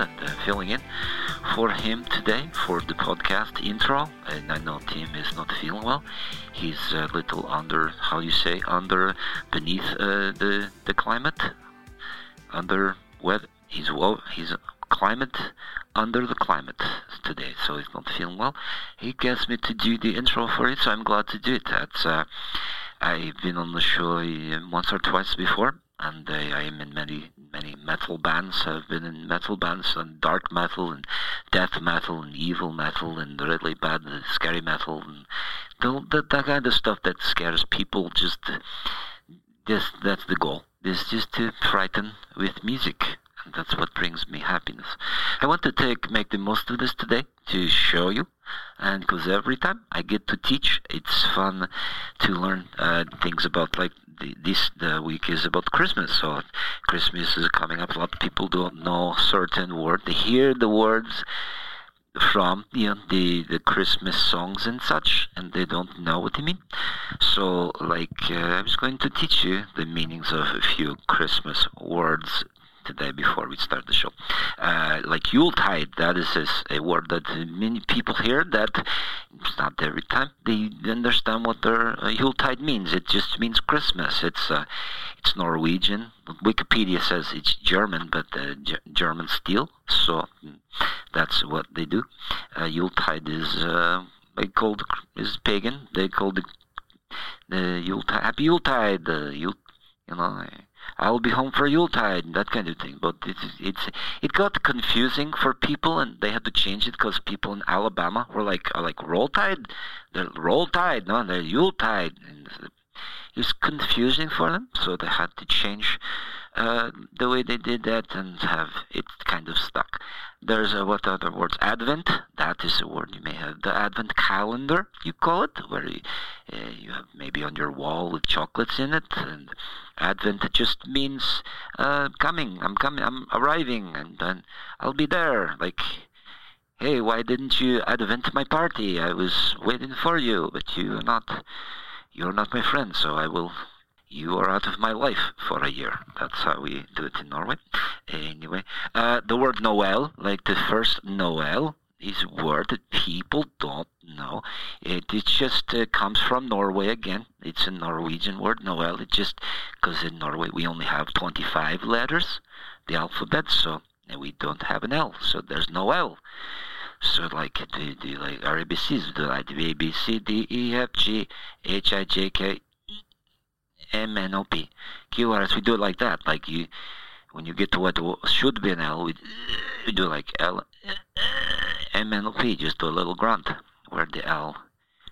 uh, filling in for him today for the podcast intro. And I know Tim is not feeling well. He's a little under, how you say, under, beneath uh, the, the climate, under weather. He's well, he's climate under the climate today, so he's not feeling well. He gets me to do the intro for it, so I'm glad to do it. That's, uh, I've been on the show uh, once or twice before, and uh, I am in many many metal bands. I've been in metal bands and dark metal and death metal and evil metal and really bad and scary metal and the, the, that kind of stuff that scares people. Just this that's the goal. Is just to frighten with music that's what brings me happiness. I want to take make the most of this today to show you, and because every time I get to teach, it's fun to learn uh, things about like the, this the week is about Christmas. So Christmas is coming up. A lot of people don't know certain word. They hear the words from you know, the the Christmas songs and such, and they don't know what they mean. So, like, uh, I was going to teach you the meanings of a few Christmas words today before we start the show. Uh, like Yuletide, that is a, word that many people hear that it's not every time they understand what their uh, Yuletide means. It just means Christmas. It's uh, it's Norwegian. Wikipedia says it's German, but uh, G- German still. So that's what they do. Uh, Yuletide is uh, called is pagan. They called it the Yuletide. Happy Yuletide. Uh, Yule, you know. I'll be home for Yuletide and that kind of thing. But it's, it's it got confusing for people, and they had to change it because people in Alabama were like are like Roll Tide, they're Roll Tide, no, they're Yuletide. And it's confusing for them, so they had to change uh, the way they did that and have it kind of stuck. There's a, what other words? Advent. That is a word you may have. The Advent calendar, you call it, where you, uh, you have maybe on your wall with chocolates in it. And Advent just means uh, coming. I'm coming. I'm arriving, and then I'll be there. Like, hey, why didn't you advent my party? I was waiting for you, but you're not. You're not my friend, so I will you are out of my life for a year. That's how we do it in Norway. Anyway, uh, the word Noel, like the first Noel, is a word that people don't know. It, it just uh, comes from Norway again. It's a Norwegian word, Noel. It just, because in Norway we only have 25 letters, the alphabet, so we don't have an L, so there's no L. So like the, the like our ABCs, the like A B C D E F G H I J K M N O P Q R S. We do it like that. Like you, when you get to what should be an L, we, we do like L M N O P, just do a little grunt where the L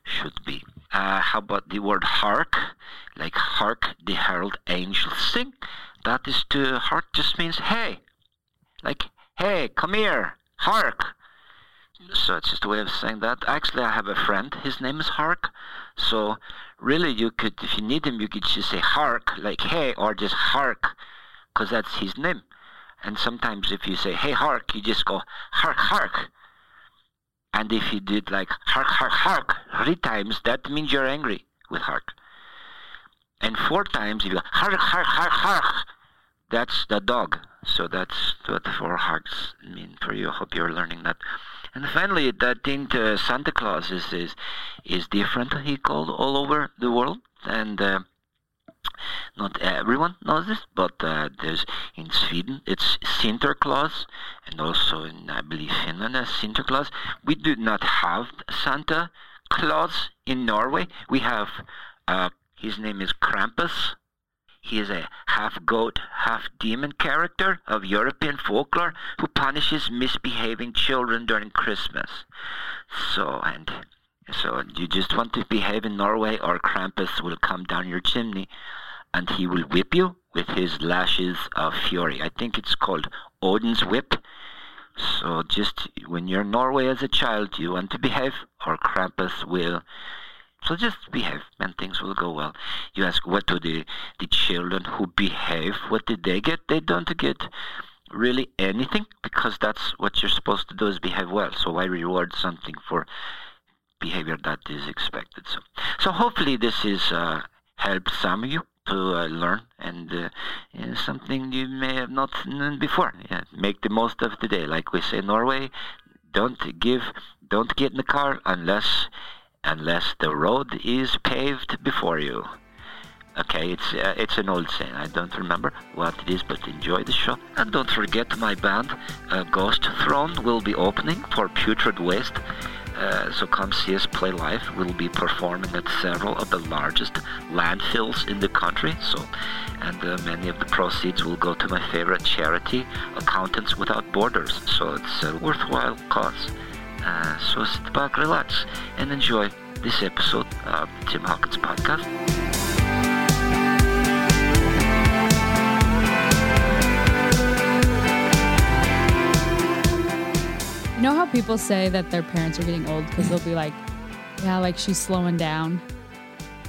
should be. Uh, how about the word hark? Like hark, the herald angels sing. That is to hark just means hey, like hey, come here, hark. So it's just a way of saying that. Actually, I have a friend. His name is Hark. So really, you could, if you need him, you could just say Hark, like hey, or just Hark, because that's his name. And sometimes if you say hey Hark, you just go Hark Hark. And if you did like Hark Hark Hark three times, that means you're angry with Hark. And four times, if you go, Hark Hark Hark Hark, that's the dog. So that's what four harks mean for you. I hope you're learning that. And finally, that thing uh, Santa Claus is, is is different. He called all over the world, and uh, not everyone knows this, but uh, there's in Sweden it's Sinterklaas, and also in I believe Finland as Sinterklaas. We do not have Santa Claus in Norway. We have uh, his name is Krampus. He is a half goat, half demon character of European folklore who punishes misbehaving children during Christmas. So, and so you just want to behave in Norway, or Krampus will come down your chimney and he will whip you with his lashes of fury. I think it's called Odin's whip. So, just when you're in Norway as a child, you want to behave, or Krampus will. So just behave and things will go well. You ask what do the, the children who behave, what did they get? They don't get really anything because that's what you're supposed to do is behave well. So why reward something for behavior that is expected? So, so hopefully this is uh, helped some of you to uh, learn and uh, uh, something you may have not known before. Yeah, make the most of the day, like we say in Norway. Don't give, don't get in the car unless unless the road is paved before you. Okay, it's uh, it's an old saying. I don't remember what it is, but enjoy the show. And don't forget my band, uh, Ghost Throne, will be opening for Putrid Waste. Uh, so come see us play live. We'll be performing at several of the largest landfills in the country. So, and uh, many of the proceeds will go to my favorite charity, Accountants Without Borders. So it's a worthwhile cause. Uh, so sit back, relax, and enjoy this episode of Tim Hawkins Podcast. You know how people say that their parents are getting old because they'll be like, yeah, like she's slowing down.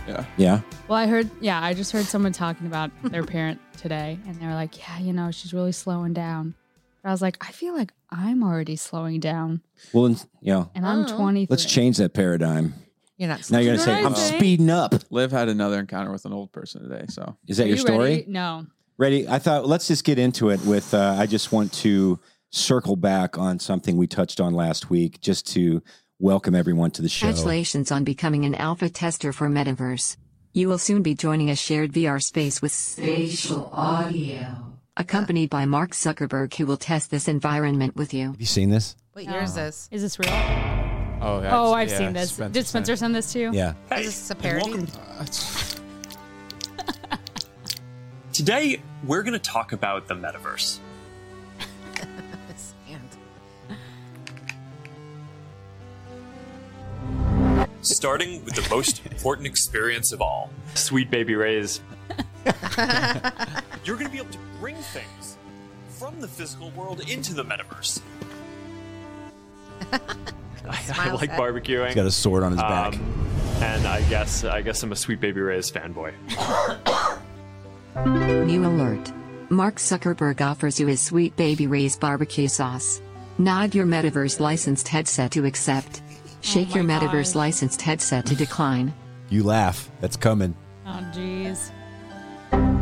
Yeah. Yeah. Well, I heard, yeah, I just heard someone talking about their parent today, and they were like, yeah, you know, she's really slowing down. But I was like, I feel like I'm already slowing down, Well, and- yeah. and I'm Oh. 23. Let's change that paradigm. You're not. Now you're gonna That's what say, I "I'm say. speeding up." Liv had another encounter with an old person today. So Is that Are your you story? ready? No. Ready? I thought let's just get into it with. Uh, I just want to circle back on something we touched on last week, just to welcome everyone to the show. Congratulations on becoming an alpha tester for Metaverse. You will soon be joining a shared VR space with spatial audio, accompanied by Mark Zuckerberg, who will test this environment with you. Have you seen this? What year is this? Is this real? oh, I've seen this. Did Spencer send this to you? Yeah. Is this a parody? Today, we're going to talk about the metaverse. Yes, and- Starting with the most important experience of all Sweet Baby Ray's. You're going to be able to bring things from the physical world into the metaverse. I, I Smiles like at- barbecuing. He's got a sword on his back. Um, and I guess I guess I'm a Sweet Baby Ray's fanboy. New alert. Mark Zuckerberg offers you his sweet baby Ray's barbecue sauce. Nod your Metaverse licensed headset to accept. Shake your Oh my Metaverse God. licensed headset to decline. You laugh. That's coming. Oh, jeez.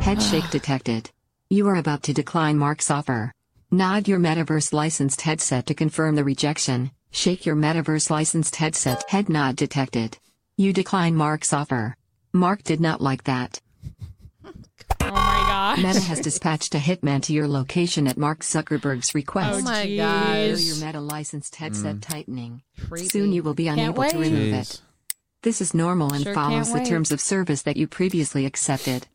Head shake detected. You are about to decline Mark's offer. Nod your metaverse licensed headset to confirm the rejection. Shake your metaverse licensed headset. Head nod detected. You decline Mark's offer. Mark did not like that. Oh my Meta gosh. has dispatched a hitman to your location at Mark Zuckerberg's Oh request. Jeez. my Feel gosh. your meta licensed Mm. headset tightening. Creepy. Soon you will be Can't unable to wait. remove it. This is normal and Sure follows can't the wait. terms of service that you previously accepted.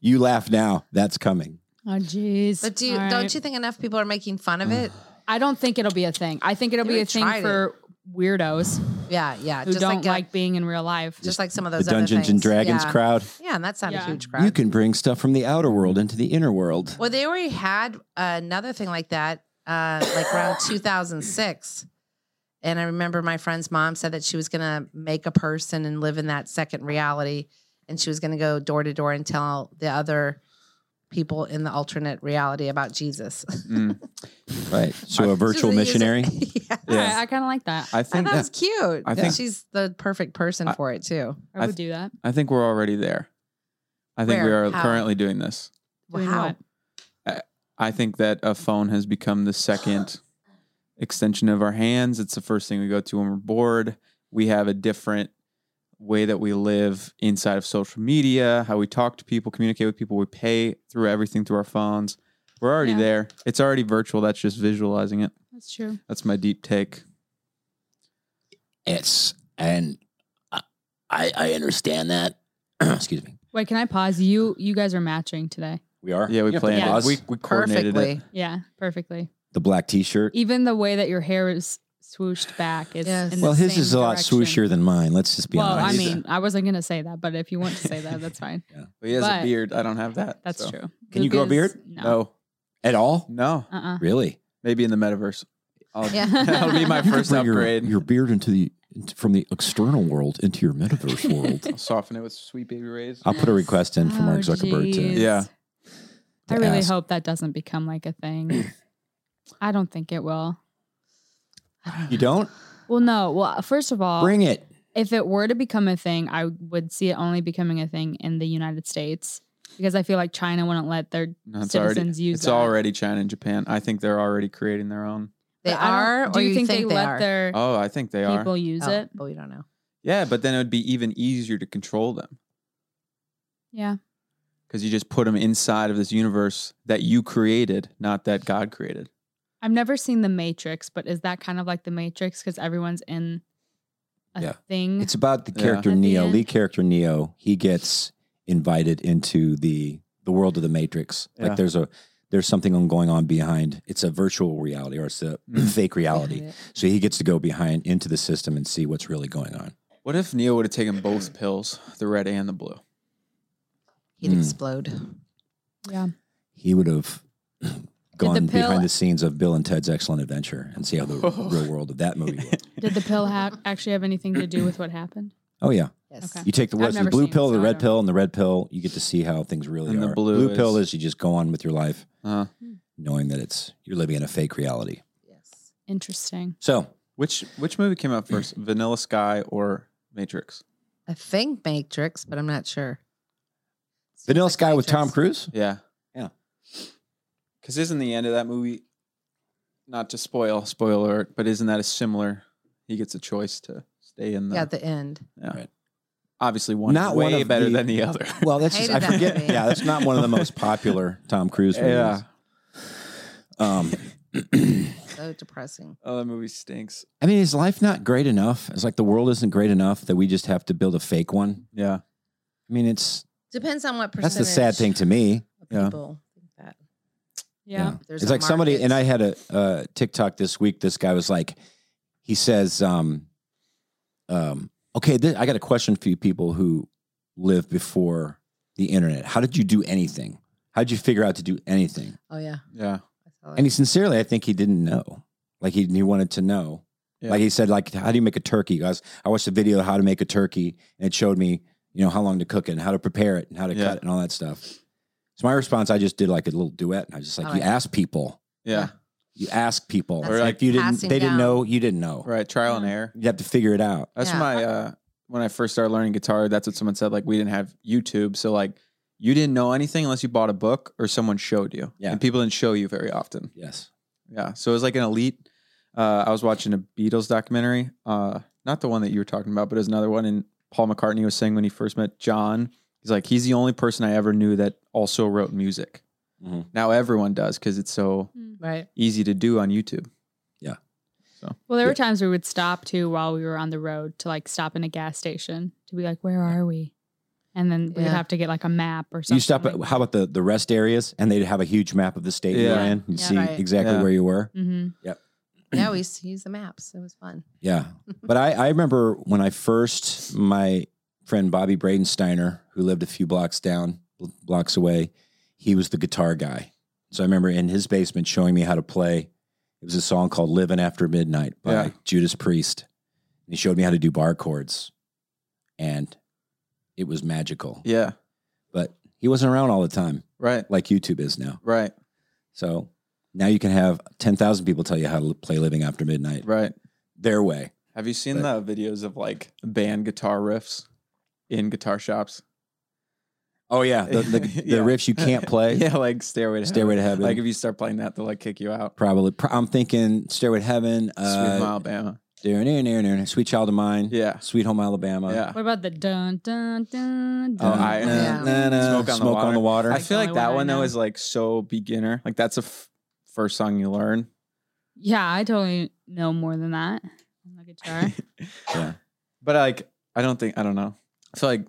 You laugh now. That's coming. Oh, jeez. But do you, All right. don't you think enough people are making fun of it? I don't think it'll be a thing. I think it'll You be a already thing tried it. for weirdos Yeah, yeah. who just don't like, like, uh, being in real life. just like some of The those other Dungeons and things. Dragons yeah. crowd. Yeah, and that's not Yeah. a huge crowd. You can bring stuff from the outer world into the inner world. Well, they already had another thing like that, uh, like around 2006. And I remember my friend's mom said that she was going to make a person and live in that second reality. And she was going to go door to door and tell the other people in the alternate reality about Jesus. Mm. Right. So a virtual Just- missionary. yeah. All right, I kind of like that. I I think thought it was cute. I think- she's the perfect person I- for it too. I I would do th- that. I think we're already there. I think Where? we are How? currently doing this. Doing Wow. what? I think that a phone has become the second extension of our hands. It's the first thing we go to when we're bored. We have a different way that we live inside of social media, how we talk to people, communicate with people. We pay through everything through our phones. We're already Yeah. there. It's already virtual. That's just visualizing it. That's true. That's my deep take. It's and I I understand that. Excuse me. Wait, can I pause? You you guys are matching today. We are. Yeah, we You have to planned Yeah. it. pause. We, we coordinated Perfectly. it. Yeah, perfectly. the black T-shirt. Even the way that your hair is swooshed back is Yes. in the Well, his same is a lot direction. swooshier than mine. Let's just be Well, I honest. mean, I wasn't gonna say that, but if you want to say that, that's fine. But he has But- a beard. I don't have that. That's so. true. Can you grow a Luca's- beard? No. No. at all? No. Uh. uh Really? Maybe in the metaverse. I'll, Yeah. That'll be my You could first bring your- upgrade. Your, beard into the into, from the external world into your metaverse world. I'll soften it with sweet baby rays. I'll put a request in for Mark Oh, Zuckerberg jeez. to. Yeah. I to really ask. hope that doesn't become like a thing. I don't think it will. You don't Well, no. Well, first of all, bring it. if it were to become a thing, I would see it only becoming a thing in the United States because I feel like China wouldn't let their No, it's already citizens use it's that. already China and Japan. I think they're already creating their own. They But I don't- are, or do you, think, they, let are? their Oh, I think they people are. use Oh, it? But we don't know. Yeah, but then it would be even easier to control them Yeah. because you just put them inside of this universe that you created, not that God created. I've never seen The Matrix, but is that kind of like The Matrix because everyone's in a Yeah. thing? It's about the Yeah. character At the Neo, end. lead character Neo. He gets invited into the the world of the Matrix. Yeah. Like there's a there's something on- going on behind. It's a virtual reality or it's a Mm. fake reality. Behind So he gets to go behind into the system and see what's really going on. What if Neo would have taken both pills, the red and the blue? He'd Hmm. explode. yeah. He would have gone pill- behind the scenes of Bill and Ted's Excellent Adventure and see how the real world of that movie. Worked. Did the pill ha- actually have anything to do with what happened? Oh yeah, Yes. Okay. you take the, I've what's the never blue seen it, pill, so the I red don't- pill, and the red pill. You get to see how things really And the are. blue pill is- is you just go on with your life, Uh, knowing that it's you're living in a fake reality. Yes. Interesting. So which which movie came out first, Vanilla Sky or Matrix? I think Matrix, but I'm not sure. Vanilla Like Sky with Matrix. Tom Cruise. Yeah, Yeah. Because isn't the end of that movie? Not to spoil, spoiler alert, but isn't that a similar? He gets a choice to stay in the. Yeah, at the end. yeah. Right. Obviously, one Not not way one of better the- than the other. Well, that's just, Hated I that forget. movie. Yeah, that's not one of the most popular Tom Cruise movies. Yeah. Um, So depressing. Oh, that movie stinks. I mean, is life not great enough? It's like the world isn't great enough that we just have to build a fake one. Yeah. I mean, it's Depends on what that's percentage. the sad thing to me. of yeah. People think that. Yeah. There's it's a like somebody, market. and I had a uh, TikTok this week. This guy was like, he says, um, um, okay, th- I got a question for you people who live before the internet. How did you do anything? How did you figure out to do anything? Oh yeah. Yeah. I saw And that. he sincerely, I think he didn't know. Like he, he wanted to know. Yeah. Like he said, like how do you make a turkey, guys? I watched a video of how to make a turkey, and it showed me, you know, how long to cook it, and how to prepare it, and how to Yeah. cut it, and all that stuff. So my response, I just did like a little duet, and I was just like, I you like ask people, Yeah. you ask people, That's or like like you didn't, passing they didn't down. know, you didn't know. Right. Trial and error. You have to figure it out. That's Yeah. my uh when I first started learning guitar, that's what someone said. Like we didn't have YouTube. So like you didn't know anything unless you bought a book or someone showed you. Yeah. And people didn't show you very often. Yes. Yeah. So it was like an elite. Uh, I was watching a Beatles documentary, uh, not the one that you were talking about, but it was another one. And Paul McCartney was saying when he first met John, he's like, he's the only person I ever knew that also wrote music. Mhm. Now everyone does because it's so Hmm. right. easy to do on YouTube. Well, there were Yeah. times we would stop too while we were on the road to like stop in a gas station to be like, where are we? And then we would Yeah. have to get like a map or something. You stop at how about the the rest areas, and they'd have a huge map of the state you Yeah. were in. You Yeah. see Right. Mm. exactly Yeah. where you were. hmm Yeah, we used to use the maps. It was fun. Yeah. But I, I remember when I first, my friend Bobby Bradensteiner, who lived a few blocks down, bl- blocks away, he was the guitar guy. So I remember in his basement showing me how to play. It was a song called Living After Midnight by Yeah. Judas Priest. And he showed me how to do bar chords. And it was magical. Yeah. But he wasn't around all the time Right. like YouTube is now. Right. So now you can have 10,000 people tell you how to play Living After Midnight Right. their way. Have you seen the videos of like band guitar riffs in guitar shops? Oh yeah, the, the, the Yeah. riffs you can't play. yeah, like Stairway to Stairway to Heaven. Heaven. Like if you start playing that, they'll like kick you out. Probably, pro- I'm thinking Stairway to Heaven, Sweet Home uh, Alabama. Sweet, near, near, near, Sweet Child of Mine, Yeah. Sweet Home Alabama. Yeah. What about the dun dun dun? dun Oh, I- dun, na, Yeah. na, na, Smoke on the Smoke on the water. I Like feel the like only that one I one though know. is like so beginner. Like that's a f- first song you learn. Yeah, I totally know more than that on the guitar. Yeah. But like I don't think I don't know. I feel like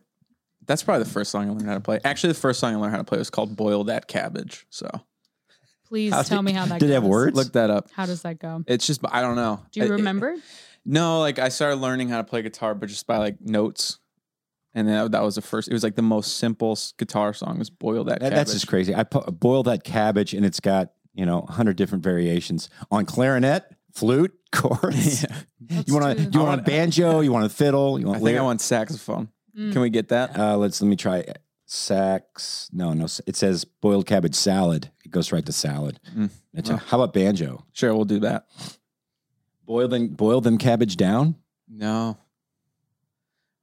that's probably the first song I learned how to play. Actually, the first song I learned how to play was called "Boil That Cabbage." So Please How tell did- me how that did goes. it have words? look that up. How does that go? It's just I don't know. Do you It- it- remember? No, like I started learning how to play guitar, but just by like notes. And then that was the first. It was like the most simple s- guitar song. Was boil that. That- that's just crazy. I pu- boil that cabbage, and it's got you know hundred different variations on clarinet, flute, chords. Yeah. Let's You want to? do You that. want a banjo? You want a fiddle? You I want? think I want saxophone. Mm. Can we get that? Uh, let's let me try sax. No, no. It says boiled cabbage salad. It goes right to salad. Mm. It's- Wow. How about banjo? Sure, we'll do that. Boil them, boil them cabbage down. No,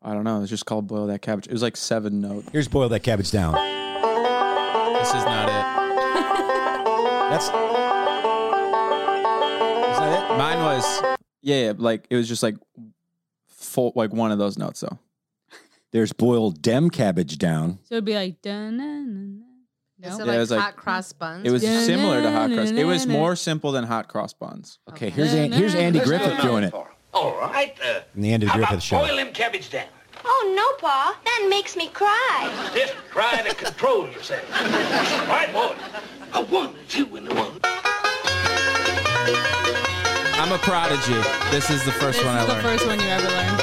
I don't know. It's just called boil that cabbage. It was like seven note. Here's boil that cabbage down. This is not it. That's. Is that Mine was yeah, yeah, like it was just like full like one of those notes though. There's boiled dem cabbage down. So it'd be like dun dun Is dun. it Yeah, like it was like- hot cross buns? It was similar to hot cross. It was more simple than hot cross buns. Okay, here's An- here's Andy Griffith doing it. All right. Uh, it? The Andy how Griffith about boil show. him cabbage down? Oh, no, Pa. That makes me cry. Just try to control yourself. All right, boy. A one, two, and a one. I'm a prodigy. This is the first This one I is the learned. first one you ever learned.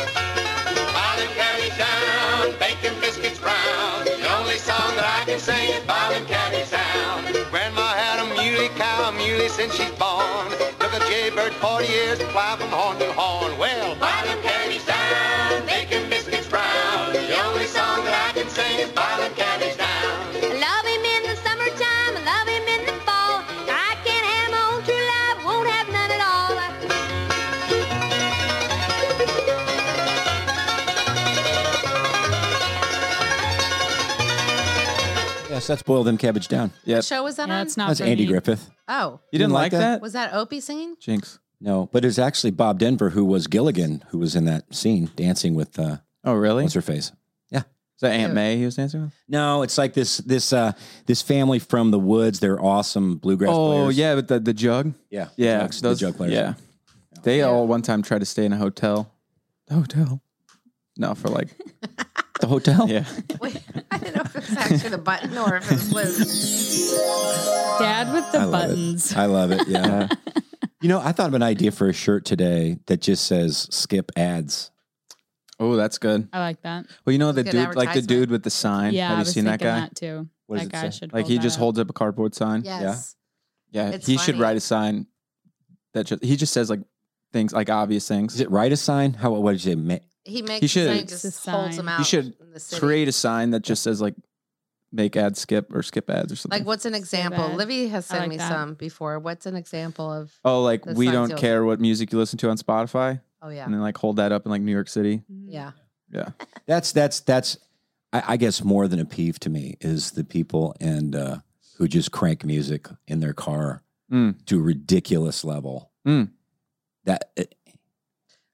Boil him cabbage down, bacon biscuits brown. The only song that I can sing is boil him cabbage down. Grandma had a muley cow, a muley since she's born. Took a jaybird 40 years to fly from horn to horn. Well, boil him cabbage down, bacon biscuits brown. The only song that I can sing is boil him cabbage down. I love him in the summertime. I love him in the fall. I can't have my own true love. Won't have none at all. Yes, that's boil them cabbage down. Yep. Show was that Yeah, on? it's not That's for Andy me. Griffith. oh, You didn't like that? was that Opie singing? Jinx. No, but it's actually Bob Denver who was Gilligan, who was in that scene dancing with uh, Oh really? what's Is her face. that Aunt May he was dancing with? No, it's like this this uh, this family from the woods. They're awesome bluegrass. Oh players. yeah, but the, the jug. yeah, Yeah, Jugs, those- the jug players. Yeah, they Yeah. all one time tried to stay in a hotel. Hotel. No, for like the hotel. yeah. Wait, I didn't know if it was actually the button or if it was. Dad with I the love buttons. It. I love it. Yeah. you know, I thought of an idea for a shirt today that just says "skip ads." Oh, that's good. I like that. Well, you know the Good dude, like the advertisement. dude with the sign. yeah, Have I you was seen that thinking guy? that too. that What does it guy say? should Like hold he just that up. holds up a cardboard sign. Yes. Yeah, yeah. It's He should funny. write a sign that just, he just says like things like obvious things. Is it right a sign? How what did you say? Ma- He makes He a should- sign, Makes just a holds sign. them He out. should in the city. Create a sign that just says like make ads skip or skip ads or something. Like, what's an example? bad. Livy has I sent like me that. some before. What's an example of? Oh, like the we signs don't you'll- care what music you listen to on Spotify, Oh yeah, Mm-hmm. and then like hold that up in like New York City. Mhm. yeah. Yeah, That's that's that's I, I guess more than a peeve to me is the people and uh, who just crank music in their car Mm. to a ridiculous level. Mm. That eh, it-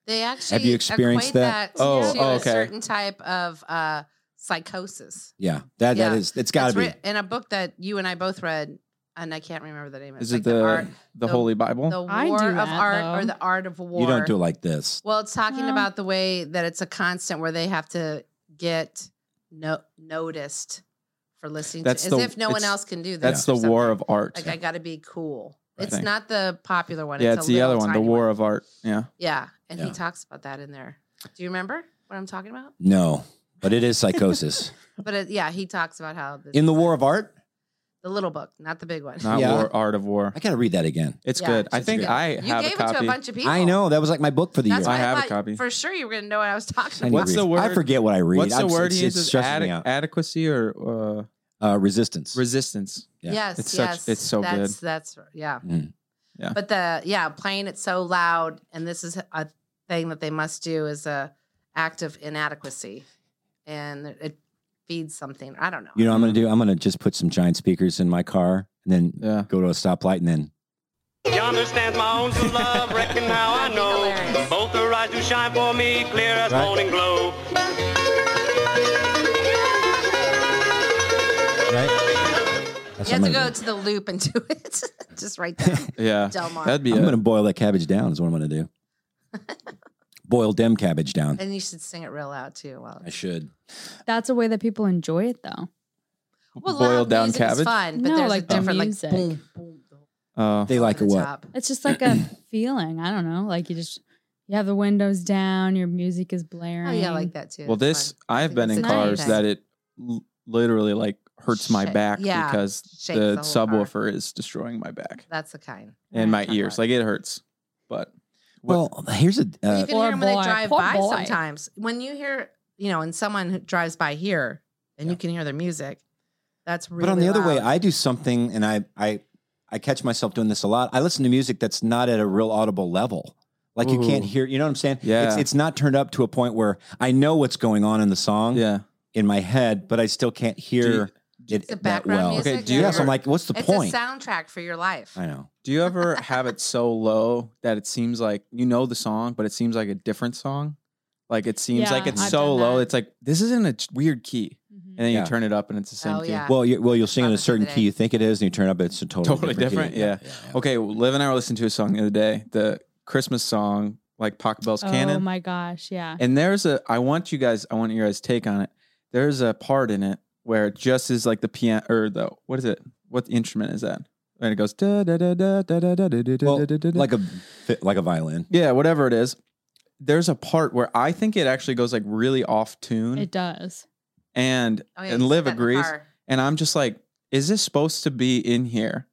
They actually you experienced equate that? that? Oh, to oh, a okay. certain type of uh, psychosis. yeah, that Yeah. that is it's got to It's be. writ- in a book that you and I both read, and I can't remember the name. of is like it the the, art, the- Holy Bible? the I do war of that, art or though. the art of war? You don't do it like this. Well, it's talking Well- about the way that it's a constant where they have to get no- noticed for listening That's to, the- as if no one it's- else can do this. That's or the War something. of Art. Like I got to be cool. Right. It's not the popular one. yeah, it's, it's a the other little one, the tiny War of Art. Yeah. Yeah, and he Yeah. talks about that in there. Do you remember what I'm talking about? No, but it is psychosis But it, yeah, he talks about how this in the is War a- of Art. the little book, not the big one. Not Yeah. War Art of War. I got to read that again. It's Yeah, good. I it's think good. I you have gave a it to copy. a bunch of people. I know that was like my book for the That's year. why I I have a thought copy. For sure, you were going to know what I was talking I need to about. What's read the it. I word- forget what I read. What's the I'm- word it's, he it's uses? stressing me Ade- out. adequacy or uh, Uh, resistance. resistance? Yeah. Yes, It's such- yes. it's so good. that's, That's yeah. Mm. Yeah. But the yeah, playing it so loud, and this is a thing that they must do is a act of inadequacy, and it feeds something. I don't know. you know, what I'm gonna do. I'm gonna just put some giant speakers in my car and then Yeah. go to a stoplight and then Yonder stands my own true love, reckon how I That'd be know. hilarious. Both her eyes do shine for me, clear as Right. morning glow. Right? you That's have to amazing. go to the loop and do it. Just right down Yeah, Delmar, that'd be. I'm a- gonna boil that cabbage down. Is what I'm gonna do. boil dem cabbage down. and you should sing it real loud too. Well, I should. That's a way that people enjoy it though. well boiled loud down music cabbage? is fun, but No, there's like a the different music. like boom, boom, boom Oh, They like over the what? top. It's just like a feeling. I don't know. Like you just you have the windows down, your music is blaring. Oh yeah, I like that too. well, It's fun. this I've think been it's in a cars nice- that it l- literally like hurts my Shake- back yeah, because shakes the, the whole car. subwoofer is destroying my back That's the kind. and my Come ears. on. Like it hurts, but Well, here's a. Uh, you can Poor hear them when boy. they drive Poor by boy. sometimes. When you hear, you know, and someone who drives by here and you can hear their music, that's really but on the other way, loud. I do something, and I I I catch myself doing this a lot. I listen to music that's not at a real audible level. Like you can't Ooh. hear, you know what I'm saying? Yeah. It's, it's not turned up to a point where I know what's going on in the song Yeah. in my head, but I still can't hear it It's a that background well. music. Okay, do you- yeah, so I'm like, what's the it's point? a soundtrack for your life. I know. Do you ever have it so low that it seems like you know the song, but it seems like a different song? Like it seems like Yeah, it's I've so done low, that. Mm-hmm. it's like this is in a ch- weird key, and then Yeah. you turn it up and it's the same Oh, key. yeah. Well, you, well, you'll sing in a Promise of certain the key day. you think it is, and you turn it up, it's a totally, Totally key. different, Okay, well, Liv and I were listening to a song the other day, the Christmas song, like Pocket Bell's Oh Cannon. my gosh, yeah. And there's a I want you guys I want your guys take on it. There's a part in it where it just is like the piano or the what is it? What instrument is that? And it goes da da da da da da da da da Well, da da da da. Like a fi- like a violin. yeah, whatever it is. There's a part where I think it actually goes like really off tune It does. and Oh, yeah, you and said Liv that in the agrees car. and I'm just like is this supposed to be in here?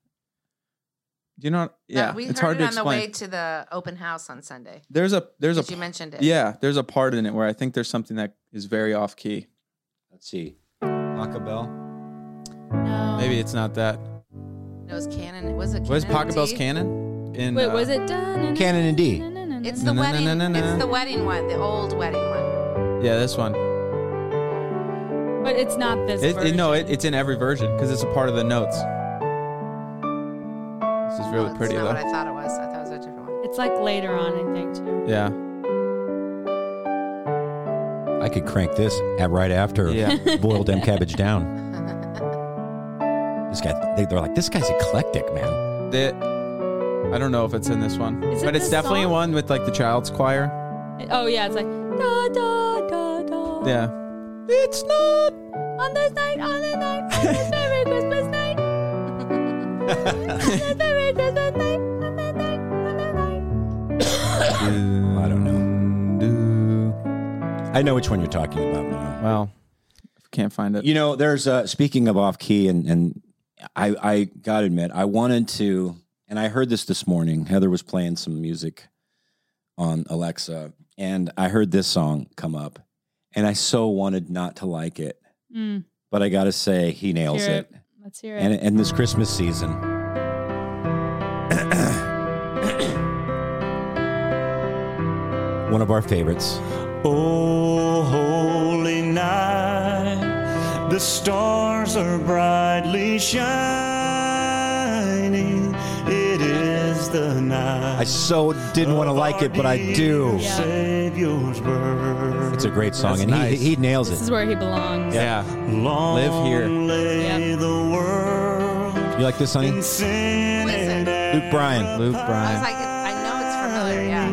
Do you know? No, Yeah, we it's heard hard it to on explain. the way to the open house on Sunday. there's a there's a Because you mentioned it. yeah there's a part in it where I think there's something that is very off key. Let's see. Acapella. No, Maybe it's not that. it was Cannon. Was it? Where's Canon Pocket Bell's D? Cannon? In, Wait, uh, was it done? Canon and D. It's the wedding. Na-na-na-na-na. It's the wedding one. The old wedding one. Yeah, this one. But it's not this. It, it- version. no, it, it's in every version because it's a part of the notes. This is No, really it's pretty not What though. I thought it was. I thought it was a different one. It's like later on, I think too. Yeah, I could crank this at right after Yeah. boiled them cabbage down. This guy, they, they're like, this guy's eclectic, man. The- I don't know if it's in this one, Is it but it's this definitely song? one with like the child's choir. It- oh yeah, it's like da da da da. Yeah, it's not. On this night, on this night, on this very Christmas night. on this very Christmas night. on this night, on this night. I don't know. I know which one you're talking about now. Well, I can't find it. You know, there's uh speaking of off key and and I I gotta admit, I wanted to and I heard this this morning. Heather was playing some music on Alexa and I heard this song come up and I so wanted not to like it, Mm, but I gotta say he nails Hear it. it. let's hear it. And and this Christmas season. One of our favorites. Oh, holy night, the stars are brightly shining. It is the I night. so didn't want to like it, but I do. Yeah. Savior's birth. It's a great song, That's and nice. he, he nails this it. is where he belongs. yeah, Long Live here. lay Yeah. the world You like this, honey? in sin Listen. and Luke Bryan. Luke I was Bryan. like, I know it's familiar. Yeah.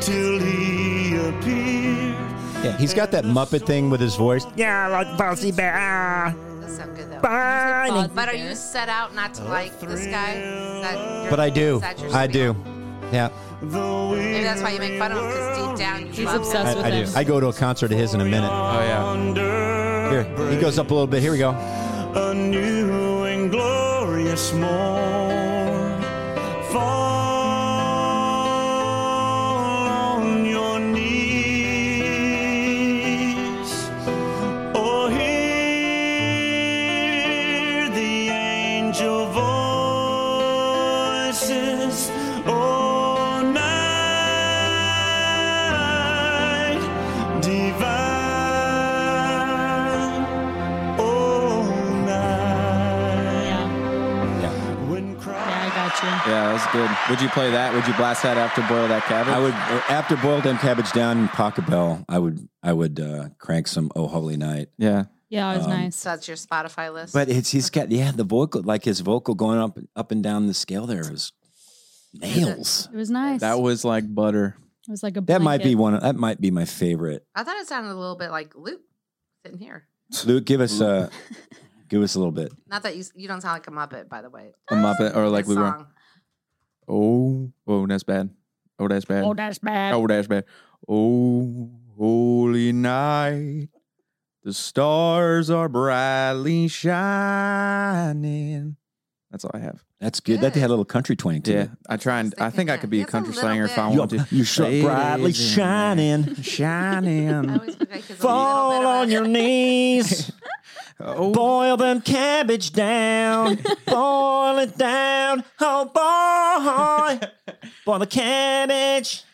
till he appeared. Yeah, he's got that Muppet thing with his voice. Yeah, I like bouncy bear. Does sound good though. Burning. But are you set out not to like this guy? Is that your- But I do. is that your I speed? do. Yeah, The Maybe that's why you make fun of him because deep down you love him. obsessed I, with I do. him. I go to a concert of his in a minute. Oh yeah, under Here, he goes up a little bit. Here we go. a new and glorious morn. Fall on your knees. Oh, hear the angel voices. all night divine. all night. Yeah, Yeah. When Christ yeah, I got you. yeah, that's good. Would you play that? Would you blast that after boil that cabbage? I would after boiled them cabbage down and pocket bell, I would I would uh, crank some Oh Holy Night. Yeah, Yeah, it was nice. So that's your Spotify list. But it's he's got yeah, the vocal like his vocal going up up and down the scale there is nails. It was nice. that was like butter. it was like a. That might be blanket. one of, that might be my favorite. I thought it sounded a little bit like Luke sitting here. Luke, give us a give us a little bit. Not that you you don't sound like a Muppet, by the way. A Muppet or like This we were. song. Oh, oh, that's bad. Oh, that's bad. Oh, that's bad. Oh, that's bad. Oh, holy night. The stars are brightly shining. That's all I have. That's good. That Good. had a little country twang to Yeah. it. I try and I I was think I thinking could be a that. country That's a little singer if I bit. wanted to. You shall It brightly is in shining. there. I Shining. always feel like it's a little bit Fall of a- on your knees. oh, Boil them cabbage down. boil it down. Oh boy. boil the cabbage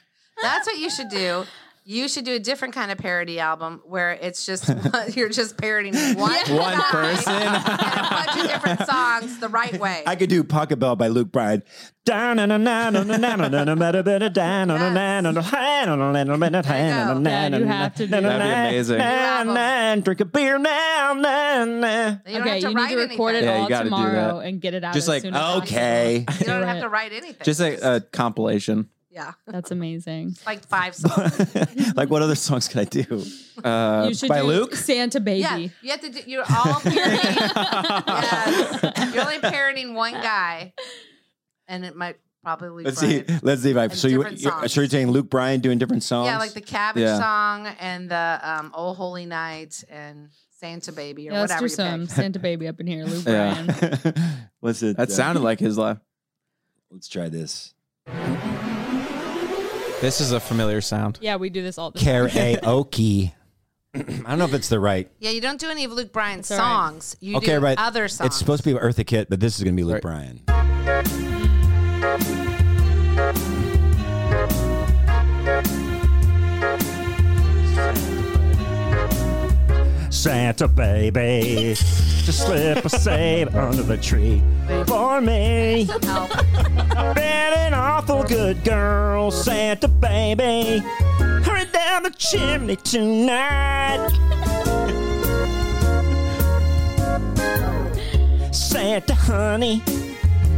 That's what you should do. You should do a different kind of parody album where it's just you're just parodying one, One guy person. and a bunch of different songs the right way. I could do Pocket Bell by Luke Bryan. Drink a beer now. You don't okay, have to you write need to record anything. it Yeah, you all gotta do tomorrow that. and get it out. Just as like, soon as possible. okay. You don't Do have it. to write anything. Just a, a compilation. yeah, That's amazing. like five songs. like, what other songs could I do? Uh, you should by do Luke. Santa Baby. Yeah, you have to do. You're all parodying. yes, you're only parodying one guy, and it might probably. Let's rhyme. see. Let's see if I. And So you, different you're, songs. so you're saying Luke Bryan doing different songs? Yeah, like the Cabbage Yeah. song and the um, Oh Holy Night and Santa Baby or Yeah, let's whatever do you some pick. Santa Baby up in here, Lou Yeah. Bryan. What's it? That uh, sounded like his laugh. Let's try this. This is a familiar sound. Yeah, we do this all the time. Karaoke. I don't know if it's the right. Yeah, you don't do any of Luke It's Bryan's all right. songs. You okay, do right. other songs. It's supposed to be Eartha Kitt, but this is going to be Luke Right. Bryan. Santa baby, just slip a save under the tree for me. Help. Been an awful good girl, Santa baby. Hurry down the chimney tonight. Santa honey,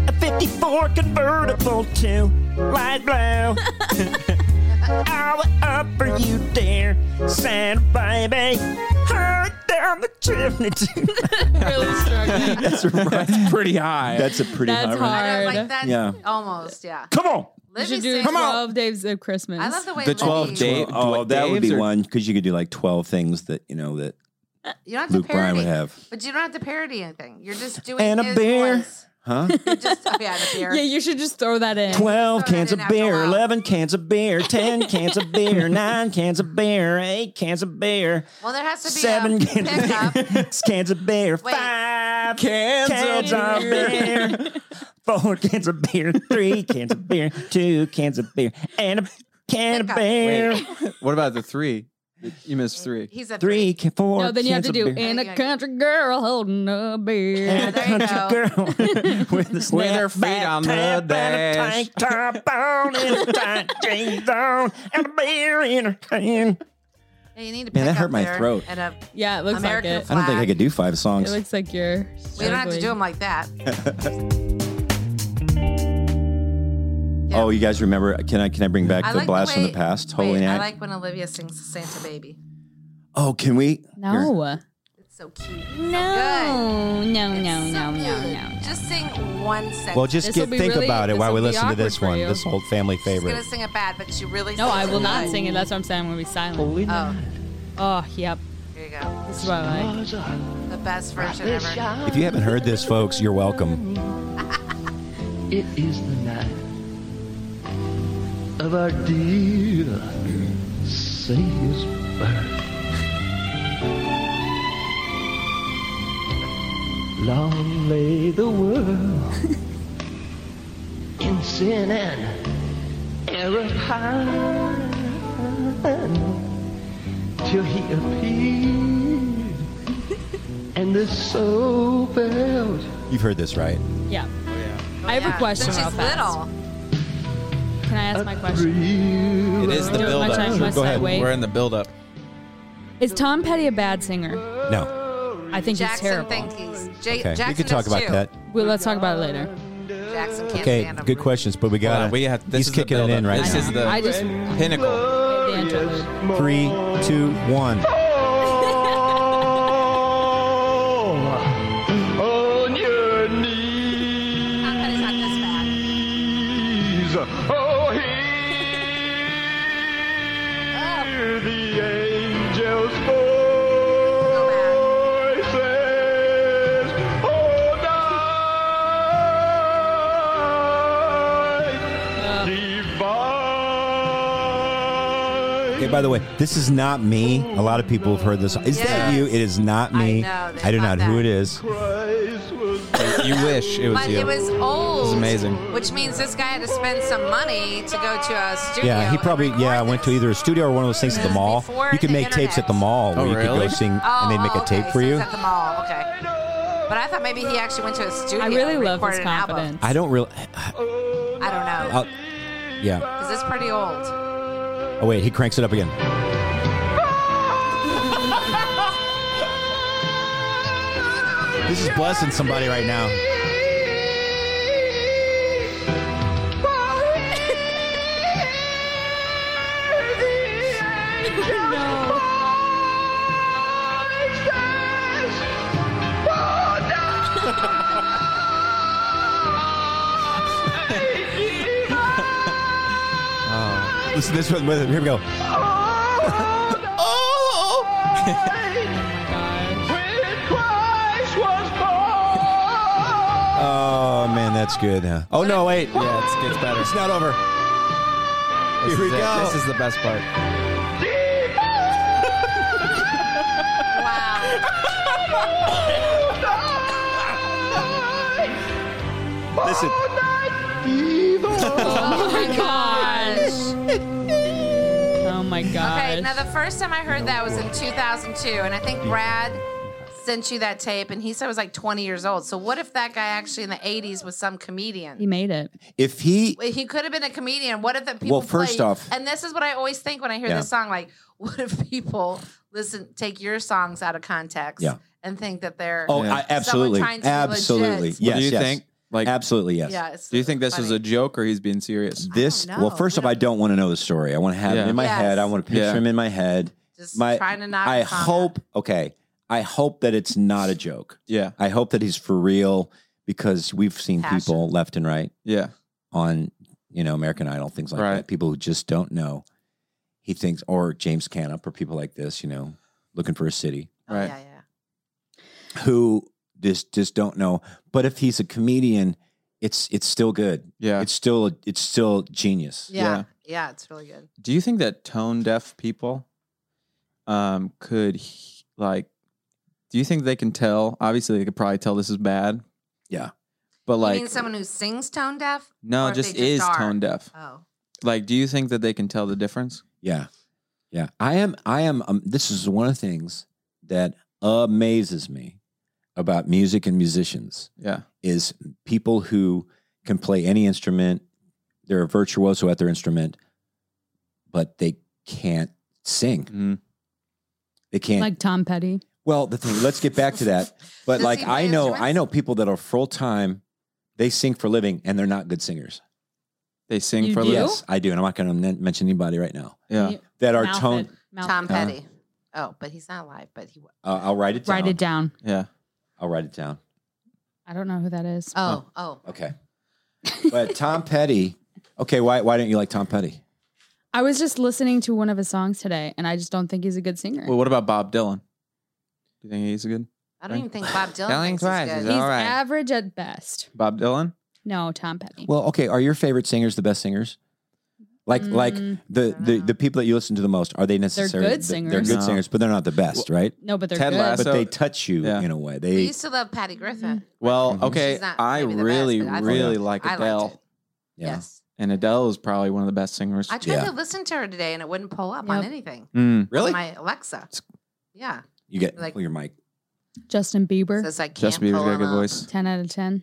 a 54 convertible to light blue. I'll up for you, dear Santa baby. Hurry down the chimney tonight. really struggling. That's right. Pretty high. That's a pretty That's hard. hard. I know, like that's Yeah. almost yeah. Come on. You Libby should do sings- 12 Days of Christmas. I love the way The Libby- 12 day- Oh, oh, that would be Dave's or- one because you could do like twelve things that you know that You don't have Luke to Bryan parody, would have. but you don't have to parody anything. You're just doing And a his beer. voice. Huh? You're just oh, yeah, and a beer. yeah, you should just throw that in. 12 Throw that cans in of after a beer, while. 11 cans of beer, 10 cans of beer, 9 cans of beer, 8 cans of beer, well, there has to be Seven a cans of pickup. beer, 6 cans of beer, Wait. 5 Cans cans of beer, 4 cans of beer, 3 cans of beer, 2 cans of beer, and a can of Pickup. beer, What about the three? You missed three. He's a 3, ca- 4 No, then you have cans to of do beer. and Yeah, a yeah. country girl holding a beer. And a There you country girl with the With her snapback feet on the top and a dash. tank top on and a tight jeans on and a beer in her hand. Yeah, you need to Man, that pick hurt up my there throat. And a, Yeah, it looks American like it. I don't think I Flag. could do five songs. It looks like you're. we don't have to do them like that. Yeah. Oh, you guys remember? Can I can I bring back I the like blast the way, from the past? Wait, Holy I night. like when Olivia sings Santa Baby. oh, can we? Here. No. It's so cute. No, no, It's no, so no, no, good. no. Just sing one sentence. Well, just This'll get be think really- about it while this'll we be listen to awkward this for one. you. This old family She's gonna favorite. sing it bad, but she really. No, sings I will not good. sing it. That's what I'm saying. I'm going to be silent. Oh, Oh, yep. here you go. This is what I like. The best version ever. If you haven't heard this, folks, you're welcome. It is the night of our dear Savior's birth. Long lay the world in sin and error pine till he appeared and the soul felt You've heard this, right? Yeah. I have a Yeah, question Since about she's that. little. Can I ask my question? real. It is the Do it build much I up. must Go I ahead. wait? We're in the build up. Is Tom Petty a bad singer? No. I think he's Jackson terrible. thinkies. J- Okay. Jackson we could talk does about too. that. Well, let's talk about it later. Jackson can't Okay. stand him. Good questions, but we Hold got on, we have, this He's is the kicking it build-up. in right This now. is the I just- pinnacle. Maybe interlude. Three, two, one. on your knees. Tom Petty's not this bad. Oh, hear the angels' voices. Oh, night divine. Okay, by the way, this is not me. A lot of people have heard this. Is that Yes. you? It is not I me. know, they I do thought not know who that. it is. Christ was You wish it was but you. it was old. amazing. Which means this guy had to spend some money to go to a studio. Yeah, he probably yeah went to either a studio or one of those things at the mall. Before You could the make tapes at the mall where Oh, you could go really? sing Oh, and they'd make oh, a okay. tape for So you. It's at the mall. Okay. But I thought maybe he actually went to a studio. I really and love his recorded an album. confidence. I don't really. I don't know. I'll- yeah. Because it's pretty old. Oh wait, he cranks it up again. This is blessing somebody right now. Oh. Listen to this one with it. Here we go. Oh. Oh man, that's good. Huh? Oh no, wait. Yeah, it's- it gets better. It's not over. This Here we is it. go. This is the best part. Listen. Oh my gosh. Oh my gosh. Okay, now the first time I heard that was in 2002, and I think Brad sent you that tape, and he said it was like 20 years old. So what if that guy actually in the 80s was some comedian? he made it. If he Well, He could have been a comedian. What if the people? first play- off- and this is what I always think when I hear Yeah. this song: like, what if people listen, take your songs out of context, Yeah. and think that they're Oh, Yeah. I, absolutely. trying to be Absolutely. legit. Yes. do you yes. think? Like, absolutely yes. yeah. It's do you think this was a joke or he's being serious? This don't well, know. first We off, I don't want to know the story. I want to have Yeah. it in my Yes. head. I want to picture Yeah. him in my head. just My trying to not? I comment. hope okay. I hope that it's not a joke. Yeah, I hope that he's for real because we've seen Passion. people left and right yeah. on you know American Idol things like Right. that. People who just don't know. He thinks, or James Canup, or people like this, you know, looking for a city Oh, Right. Yeah, yeah. who just just don't know. But if he's a comedian, it's it's still good. Yeah. It's still it's still genius. yeah, Yeah. yeah, It's really good. Do you think that tone deaf people um could he- like do you think they can tell? Obviously they could probably tell this is bad. Yeah. But you like mean someone who sings tone deaf? or no, if just they is just are? tone deaf. Oh, Like do you think that they can tell the difference? Yeah. Yeah. I am, I am, um, this is one of the things that amazes me about music and musicians Yeah. is people who can play any instrument. They're a virtuoso at their instrument, but they can't sing. Mm. They can't. Like Tom Petty. well, the thing, let's get back to that. But Does like, he play I know, instruments? I know people that are full time, they sing for a living and they're not good singers. They sing You for a do? little. Yes, I do. And I'm not going to mention anybody right now Yeah. You- that are Mouth tone. Uh-huh. it. Mouth Tom it. Petty. Oh, but he's not alive. But he. wa- Uh, I'll write it down. Write it down. Yeah. I'll write it down. I don't know who that is. Oh, oh. Okay. But Tom Petty. Okay, why why don't you like Tom Petty? I was just listening to one of his songs today, and I just don't think he's a good singer. Well, what about Bob Dylan? Do you think he's good? I don't even think Bob Dylan Dylan thinks Price he's is good. he's all right. average at best. Bob Dylan? No, Tom Petty. Well, okay, are your favorite singers the best singers? Like like Mm, the, don't the know. the people that you listen to the most, are they necessarily good th- They're, singers. good No. singers, but they're not the best, right? no, but they're Ted good. Lasso- But So- they touch you Yeah. in a way. We They used to love Patty Mm-hmm. Griffin. Well, Mhm. okay. She's not I maybe the best, really, but I liked really it. like I liked Adele. it. yeah. Yes. And Adele is probably one of the best singers. I tried Yeah. to listen to her today and it wouldn't pull up on Yep. anything. Mm. Really? My Alexa. It's- Yeah. you get like- like, your mic. Justin Bieber. So it's like can't Justin Bieber's pull got a good them up. voice. Ten out of ten.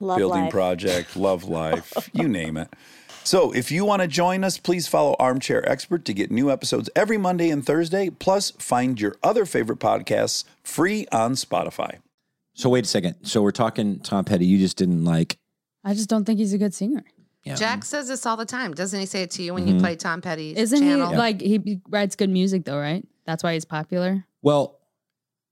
Love building life. project, love life, you name it. So, if you want to join us, please follow Armchair Expert to get new episodes every Monday and Thursday. Plus, find your other favorite podcasts free on Spotify. So wait a second. So we're talking Tom Petty. You just didn't like I just don't think he's a good singer. yeah. Jack says this all the time. Doesn't he say it to you when you Mhm. play Tom Petty's Isn't channel? he like he writes good music though, right? That's why he's popular. Well,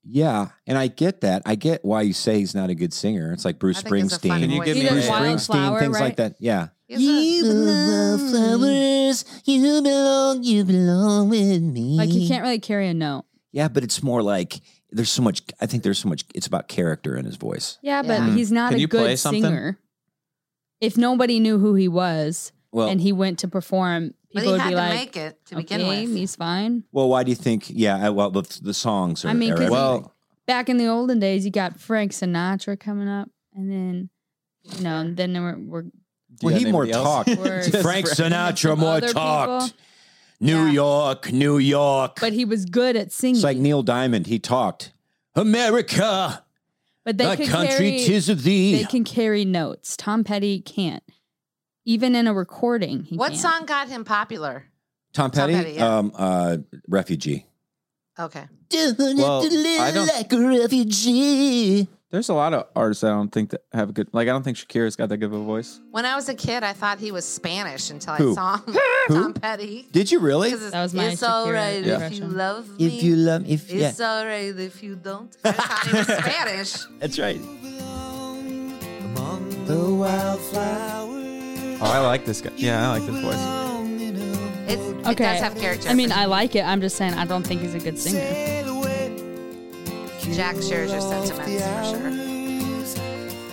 Yeah, and I get that. I get why you say he's not a good singer. It's like Bruce I think it's a Springsteen. fun Can you voice. give me Bruce a- Springsteen, Wildflower, things like right? that. Yeah. You belong, flowers. You belong. You belong with me. Like you can't really carry a note. Yeah, but it's more like there's so much I think there's so much it's about character in his voice. Yeah, but Yeah. he's not Can a you good play something? singer. If nobody knew who he was Well- and he went to perform, But people he would had be to like, make it to begin "Okay, with. he's fine. Well, why do you think yeah, I, well the, the songs are, I mean, are 'cause he- everything. Back in the olden days, you got Frank Sinatra coming up, and then you know, and then there were, were Well, he more talked. Were- Frank Sinatra some more other talked. people. New York, New York. but he was good at singing. It's like Neil Diamond. He talked. America. but they thy could country, carry, 'tis of thee. They can carry notes. Tom Petty can't. Even in a recording, he What can't. song got him popular? Tom Petty, Petty, yeah. um, uh, refugee. Okay. Well, I don't- like a refugee. There's a lot of artists I don't think that have a good like I don't think Shakira's got that good of a voice. When I was a kid, I thought he was Spanish until Who? I saw him. Tom Petty. Did you really? 'Cause it's- That was my It's all Shakira right if you impression. love me. If you love- if- it's all right if you don't. I thought he was Spanish. That's right. Oh, The wildflower. Oh, I like this guy. Yeah, I like this voice. It's, It Okay. does have character. I mean, I like it. I'm just saying, I don't think he's a good singer. Jack shares your sentiments for sure.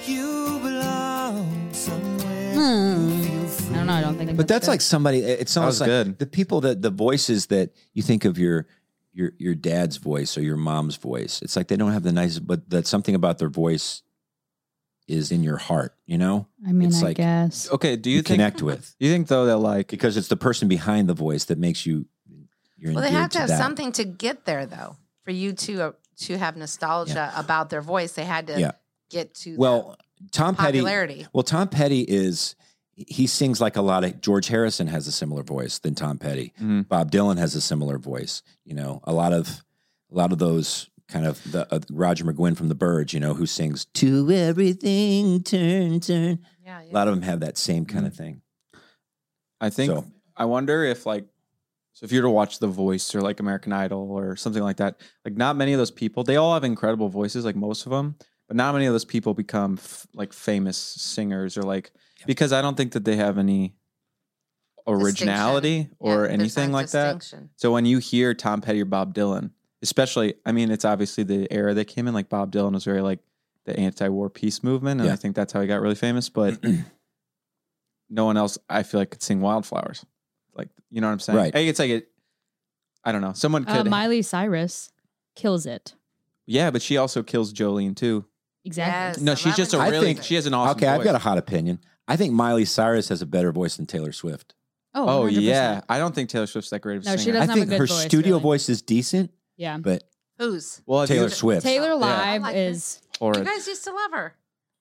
You belong somewhere. Hmm. I don't know. I don't think. But that's like somebody. it- It's almost was like good. the people that the voices that you think of your your your dad's voice or your mom's voice. It's like they don't have the nice, but that something about their voice is in your heart. You know, I mean, it's I like guess. Okay, do you, you think connect with you think though that like because it's the person behind the voice that makes you. You're Well, they endeared have to have that. something to get there, though. For you to uh, to have nostalgia about their voice, they had to Yeah. get to Well, Tom the Petty. popularity. Well, Tom Petty is he sings like a lot of George Harrison has a similar voice than Tom Petty. Mhm. Bob Dylan has a similar voice. You know, a lot of a lot of those kind of the uh, Roger McGuinn from the Birds. You know, who sings to everything turn turn. Oh, Yeah, A lot of them have that same Mm-hmm. kind of thing. I think So- I wonder if like so if you were to watch The Voice or like American Idol or something like that, like not many of those people, they all have incredible voices, like most of them, but not many of those people become f- like famous singers or like because I don't think that they have any originality or anything like that. So when you hear Tom Petty or Bob Dylan, especially, I mean, it's obviously the era they came in. Like Bob Dylan was very like the anti-war peace movement, and Yeah. I think that's how he got really famous. But no one else, I feel like, could sing "Wildflowers." Like you know what I'm saying? Right. I think it's like it. I don't know. Someone Uh, could. Miley Cyrus kills it. yeah, but she also kills Jolene too. Exactly. Yes. No, I she's love just a when she Oh, really. does it. she has an awesome. okay, I've voice. got a hot opinion. I think Miley Cyrus has a better voice than Taylor Swift. Oh 100%. yeah, I don't think Taylor Swift's that great of a No, she singer. doesn't I have a think good her voice, studio really. voice is decent, Yeah. but Who's? Oh, well, if you- Taylor Swift. Taylor I Live like is. You horrid. guys used to love her.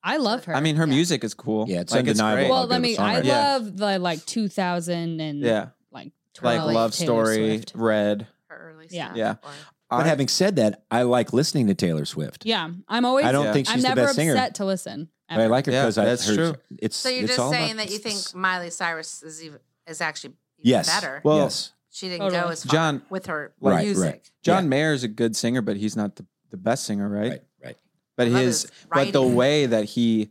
I love her. I mean, her Yeah. music is cool. Yeah, it's like, undeniable. great. how well, good of let a me. I songwriter. Yeah. love the like 2000 and yeah, like 12 like Love Taylor Story, Swift. Red. Her early Yeah. stuff. Yeah. Or- But I- having said that, I like listening to Taylor Swift. Yeah, I'm always. I don't Yeah. think she's I'm the never best upset singer. to listen. But I ever. like her Yeah, because I've that's heard true. it's. So you're it's just all saying about- that you think it's- Miley Cyrus is even is actually even yes, better. Well- yes, she didn't go Totally. as far John- with her Right, right. music. John Yeah. Mayer is a good singer, but he's not the, the best singer, right? right, right. But I love his, his but the writing. way that he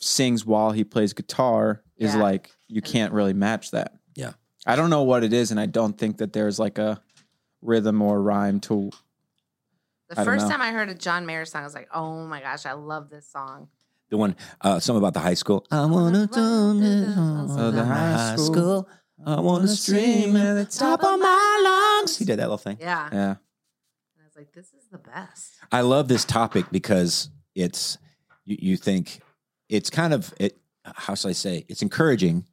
sings while he plays guitar is Yeah. like you can't really match that. Yeah. I don't know what it is, and I don't think that there's like a rhythm or rhyme to. The I don't first know. time I heard a John Mayer song, I was like, "Oh my gosh, I love this song." The one, uh, something about the high school. I wanna do this Oh, on the the high high school. school. I wanna stream at the top of my lungs. He did that little thing. Yeah, Yeah, And I was like, "This is the best." I love this topic because it's you, you think it's kind of it. How should I say? It's encouraging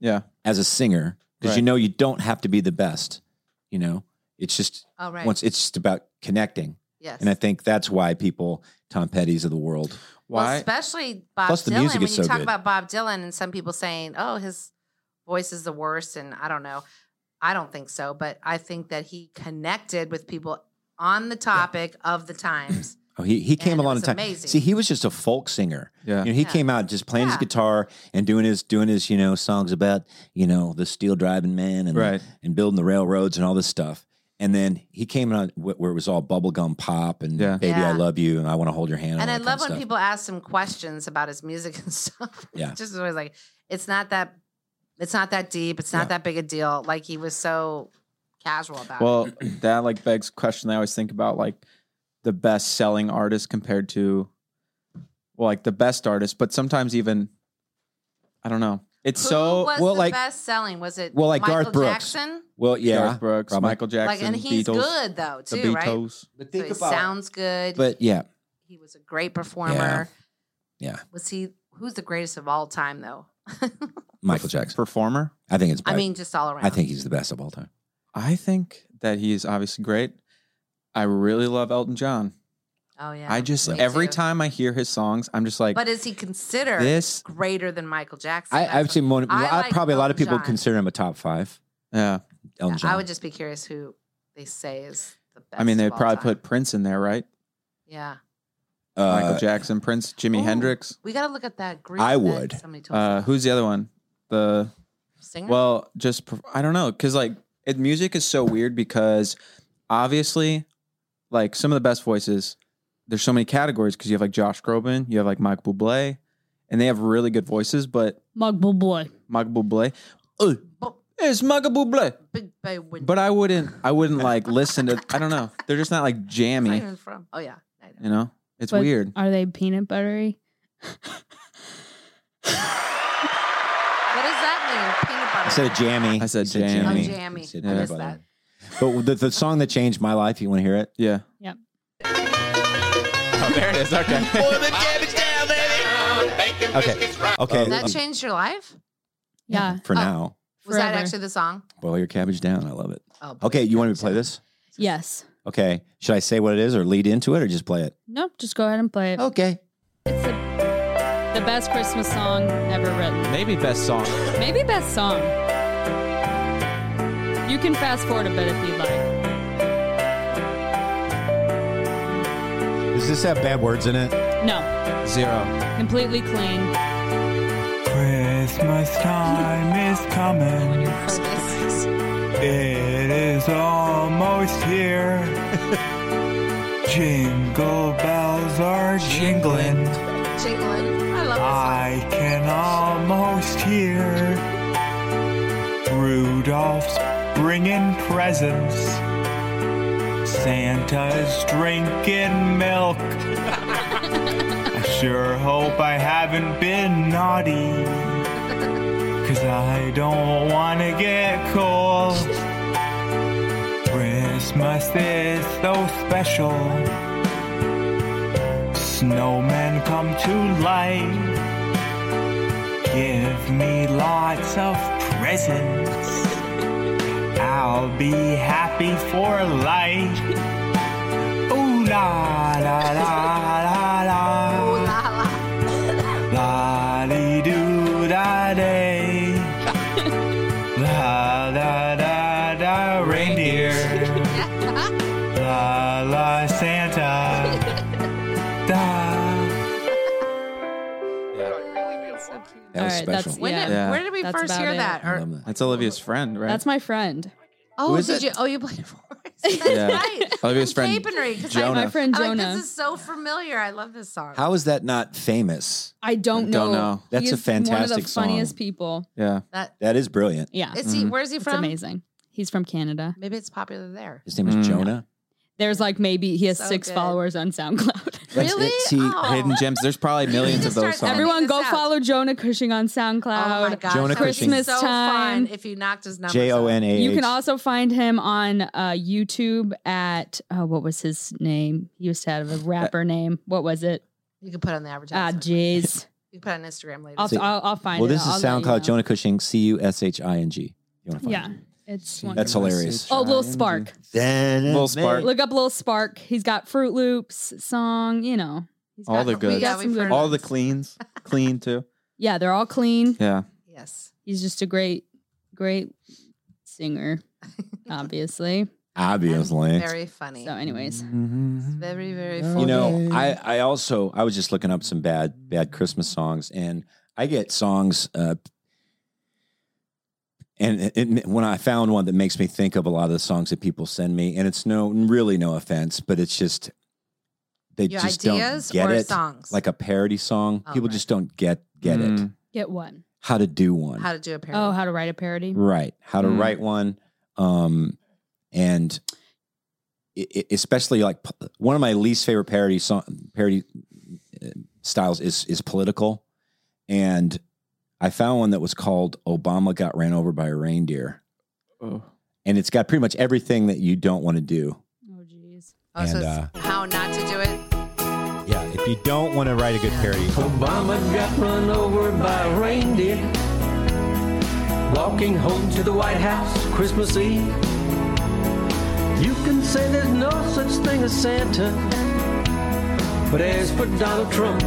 yeah. as a singer because you Right. know you don't have to be the best. You know, it's just All Oh, right. once it's just about connecting, yes. and I think that's why people Tom Petty's of the world. Well, Why? especially Bob Plus, the Dylan. music when is you so talk good. about Bob Dylan and some people saying, "Oh, his voice is the worst," and I don't know. I don't think so, but I think that he connected with people on the topic of the times. Oh, he he came And it along in was time. amazing. See, he was just a folk singer. Yeah. You know, he Yeah. came out just playing his Yeah. guitar and doing his doing his you know songs about you know the steel driving man and Right. and building the railroads and all this stuff. And then he came on wh- where it was all bubblegum pop and baby, I Yeah. love you and I want to hold your hand. And I all that kind love of when stuff. people ask him questions about his music and stuff. Yeah. It's just always like, it's not that, it's not that deep. It's not that big a deal. Like he was so casual about it. Well, that like begs question I always think about like the best selling artist compared to well, like the best artist, but sometimes even I don't know. It's Who oh, so was well the like best selling? Was it well, like Michael Garth Brooks. Jackson? Well, yeah, Garth Brooks, probably. Michael Jackson, like, and he's Beatles, good though the too, right? Beatles. But think so he about- sounds good. But yeah, he was a great performer. Yeah. Was he? Who's the greatest of all time though? Michael Jackson. Performer? I think it's I mean, just all around. I think he's the best of all time. I think that he is obviously great. I really love Elton John. Oh yeah. I just me every too. time I hear his songs, I'm just like but is he considered this- greater than Michael Jackson? I, That's I've seen one, I lot- like probably a lot of Elton people John. consider him a top five. Yeah. what- Elton John. I would just be curious who they say is the best. I mean, they'd of all probably time. put Prince in there, right? Yeah. Uh, Michael Jackson, Prince, Jimi Ooh, Hendrix. We got to look at that group. I that would. Somebody told us Uh, who's the other one? The Singer? well, just per- I don't know, because like it, music is so weird because obviously, like some of the best voices, there's so many categories because you have like Josh Groban, you have like Mike Bublé, and they have really good voices, but Mug boy. Mike Bublé, uh, it's Mike Bublé. Big Bay Window. But I wouldn't, I wouldn't like listen to. I don't know, they're just not like Where jammy, even from? Oh yeah. you know. It's But weird. Are they peanut buttery? What does that mean? Peanut butter. I said jammy. I said jammy. jammy. Oh, jammy. He said I peanut missed butter. that. But the, the song that changed my life, you want to hear it? Yeah. Yep. Oh, there it is. Okay. Boil the cabbage down, baby. Okay. Okay. Um, that changed your life? Yeah. For Oh, now, Was that Forever. actually the song? boil your cabbage down. I love it. Oh, boil okay. You want me to play this? Yes. Okay. Should I say what it is or lead into it or just play it? Nope. Just go ahead and play it. Okay. It's the, the best Christmas song ever written. Maybe best song. Maybe best song. You can fast forward a bit if you'd like. Does this have bad words in it? No. Zero. Completely clean. Christmas time is coming. It is almost here. Jingle bells are jingling. Jingling. I Ah. love I can almost hear Rudolph's bringing presents. Santa's drinking milk. I sure hope I haven't been naughty. Cause I don't wanna get cold. Christmas is so special. Snowmen come to life. Give me lots of presents. I'll be happy for life. Ooh la la la la la. Ooh la la. La di do da day. La da da da reindeer. la la Santa. da. That was All right, that's- special. When did, Yeah. Where did we That's first about hear it. that? Or, That's Olivia's friend, right? That's my friend. oh, is did it? you? Oh, you played it for us. That's Yeah. right. Olivia's friend. Capenry, 'cause I- Jonah. My friend I'm Jonah. Like, this is so familiar. I love this song. How is that not famous? I don't know. Don't know. That's He is a One of fantastic the song. funniest people. Yeah. That That is Mm-hmm. brilliant. Yeah. is he? Where's he It's from? amazing. He's from Canada. Maybe it's popular there. His name is Jonah. There's like maybe he has So six good. followers on SoundCloud. That's- Really? it's- he- Oh. Hidden gems. There's probably millions of those just start songs. sending- Everyone this go out. follow Jonah Cushing on Oh SoundCloud. my gosh, Jonah that would be Cushing. so Christmas fun if you knocked his number. J O N A. You can H. also find him on uh, YouTube at uh, what was his name? He used to have a Uh, rapper name. What was it? You can put on the Ah, advertisement. jeez. you can put it on Instagram later. I'll, See- I'll, I'll find Well, it. this I'll is let you know. SoundCloud Jonah Cushing, C U S H I N G. You want to find Yeah, it? it's That's wonderful. hilarious. Oh, Lil Spark. Little Spark. Look up Lil Spark. He's got Fruit Loops song. You know, He's All got- the he's good. got Yeah, some we've good. heard All the cleans. Clean too. Yeah, they're all clean. Yeah. Yes. He's just a great, great singer, obviously. Obviously. Very funny. So, anyways, Very, very Oh, funny. You know, I, I also I was just looking up some bad bad Christmas songs, and I get songs uh, and it, it, when I found one that makes me think of a lot of the songs that people send me, and it's no really no offense, but it's just they Your just ideas don't get or it. songs? Like a parody song, Oh, people right. just don't get get it. Get one. How to do one, How to do a parody. Oh, how to write a parody. right? How to Mm. write one, um, and i i- especially like p- one of my least favorite parody song parody uh, styles is is political, and I found one that was called "Obama Got Ran Over by a Reindeer." Oh. and it's got pretty much everything that you don't want to do. Oh, so And, uh, it's how not to do it. Yeah, if you don't want to write a good parody, Obama got run over by a reindeer. Walking home to the White House Christmas Eve. You can say there's no such thing as Santa. But as for Donald Trump,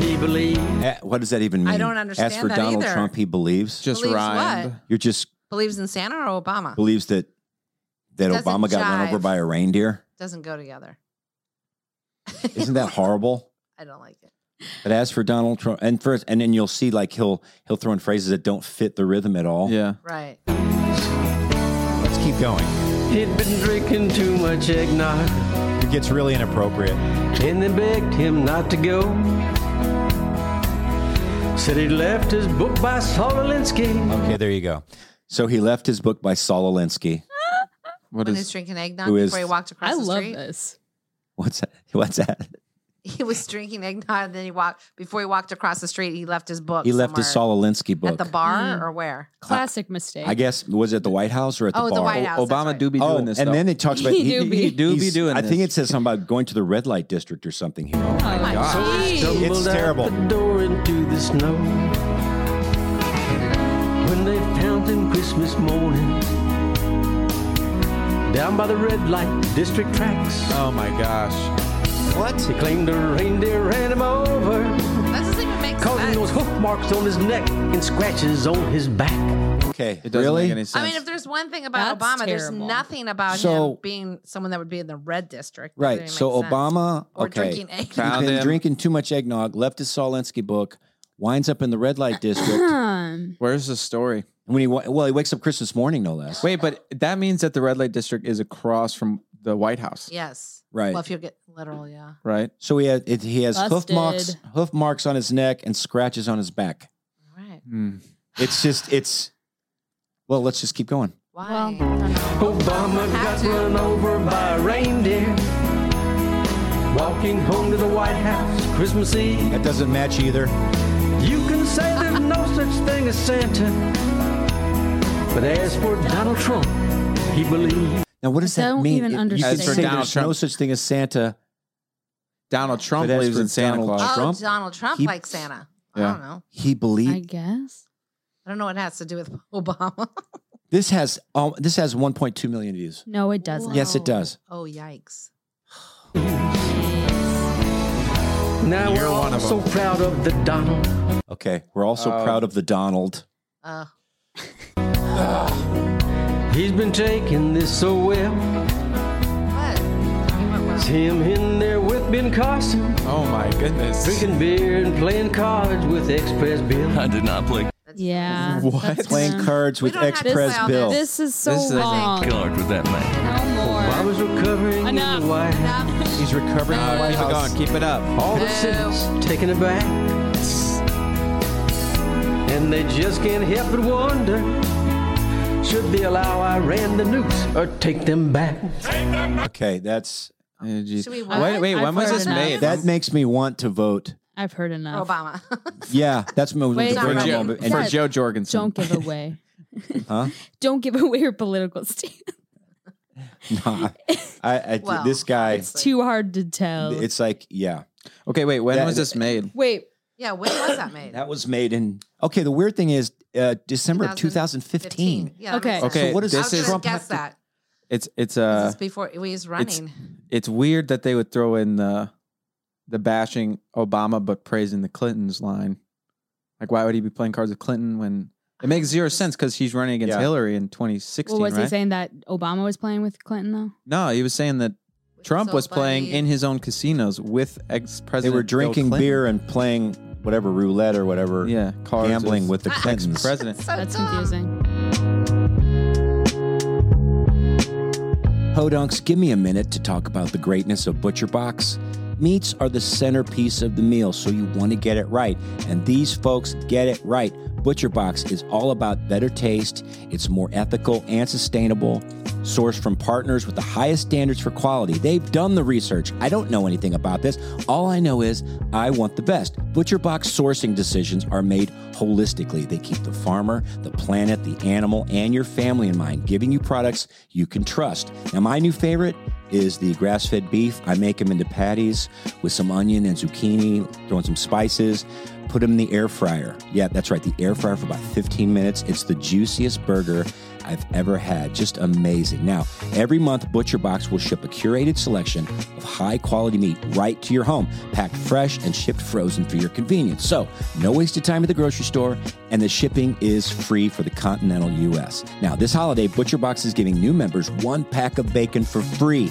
he believes. Eh, what does that even mean? I don't understand As for that Donald either. Trump, he believes Just Believes rhymed. what? You're just Believes in Santa or Obama? believes that that Doesn't Obama got run jive. over by a reindeer. Doesn't go together. Isn't that horrible? I don't like it. But as for Donald Trump, and first, and then you'll see like he'll he'll throw in phrases that don't fit the rhythm at all. Yeah. Right. Let's keep going. He'd been drinking too much eggnog. It gets really inappropriate. And they begged him not to go. Said he left his book by Saul Alinsky. Okay, there you go. So he left his book by Saul Alinsky. What when is he's drinking eggnog who is- before he walked across I the love street. this. what's that? What's that? He was drinking eggnog and then he walked before he walked across the street, he left his book. He left his somewhere. Saul Alinsky book. At the bar or where? Hmm. Classic mistake. I guess was it the White House or at the Oh, bar? the White House, that's Obama do be oh, doing this. and though. then it talks about he, do be, he's- doing. I think this. it says something about going to the red light district or something here. Oh my I stumbled It's out terrible. The door into the snow. When they found him Christmas morning, down by the red light district tracks. Oh my gosh! What? He claimed a reindeer ran him over, That doesn't even make causing sense. those hoof marks on his neck and scratches on his back. Okay, it doesn't really? make any sense. I mean, if there's one thing about That's Obama, there's terrible. nothing about So- him being someone that would be in the red district. That Right. didn't so make sense. Obama, Or okay, drinking eggnog. Found been him. drinking too much eggnog, left his Saul Alinsky book, winds up in the red light district. Um, Where's the story? when he wa- well, he wakes up Christmas morning, no less. Wait, but that means that the red light district is across from the White House, Yes. Right. Well, if you get literal, yeah. right? So he had, it, he has hoof marks, Busted. hoof marks on his neck, and scratches on his back. All right. Hmm. It's just it's. Well, let's just keep going. Why? Obama got run over by a reindeer. Walking home to the White House Christmas Eve. That doesn't match either. You can say there's no such thing as Santa. But as for Donald Trump, he believes. Now, what does I that don't mean? even you understand. could As for say Donald there's no Trump. such thing as Santa. Donald Trump But as lives for in Santa Donald Claus. oh, Trump? Donald Trump He- likes Santa. I Yeah. don't know. He I believed guess. I don't know what it has to do with Obama. this has um, this has 1.2 million views. No, it doesn't. Yes, it does. Oh, yikes. Now we're all so proud of the Donald. Okay, we're also Oh. proud of the Donald. Uh, He's been taking this so well. what? He went It's well. him in there with Ben Carson, Oh my goodness! drinking beer and playing cards with Express Bill. I did not play Yeah. What? that's Playing him. cards We with don't have ex to Prez play all Bill. This is so This is- wrong. card with that man. No I more. was recovering in Enough. the White House. He's recovering from the White Keep it House. going. Keep it up. All the citizens taken aback. And they just can't help but wonder should they allow Iran the nukes or take them back? Okay, that's Eh, geez. Should we wait, vote? wait. I've When was heard this enough. made? that makes me want to vote. I've heard enough. Obama. Yeah, that's my Wait, bring for Sorry. up Joe, on- Right. and- for That- Joe Jorgensen. Don't give away. Huh? Don't give away your political stance. Nah, I, I Well, this guy. it's It's, Like- Too hard to tell. like yeah, Okay, wait. When That- was this made? Wait, yeah, when was that made? that was made in. Okay, the weird thing is uh, December of 15. 2015. Yeah, that Okay. makes sense. Okay, So what does I this was going is to guess that. it's it's This uh is before he was running. it's weird that they would throw in the the bashing Obama but praising the Clintons line. Like, why would he be playing cards with Clinton when it makes zero sense because he's running against Yeah. Hillary in 2016, well, was right? he saying that Obama was playing with Clinton though? no, he was saying that Trump So was playing funny. in his own casinos with ex president. They were drinking beer and playing whatever roulette or whatever. yeah, cards gambling with the ex Clintons. president. So That's dumb. confusing. Podunks, give me a minute to talk about the greatness of Butcher Box. Meats are the centerpiece of the meal, so you want to get it right. And these folks get it right. Butcher Box is all about better taste, it's more ethical and sustainable, sourced from partners with the highest standards for quality. They've done the research. I don't know anything about this. All I know is I want the best. Butcher Box sourcing decisions are made holistically. They keep the farmer, the planet, the animal, and your family in mind, giving you products you can trust. Now, my new favorite is the grass fed beef. I make them into patties with some onion and zucchini, throwing some spices, put them in the air fryer. Yeah, that's right, the air fryer for about 15 minutes. It's the juiciest burger I've ever had. Just amazing. Now, every month, Butcher Box will ship a curated selection of high quality meat right to your home, packed fresh and shipped frozen for your convenience. So, no waste of time at the grocery store, and the shipping is free for the continental U.S. Now, this holiday, Butcher Box is giving new members one pack of bacon for free.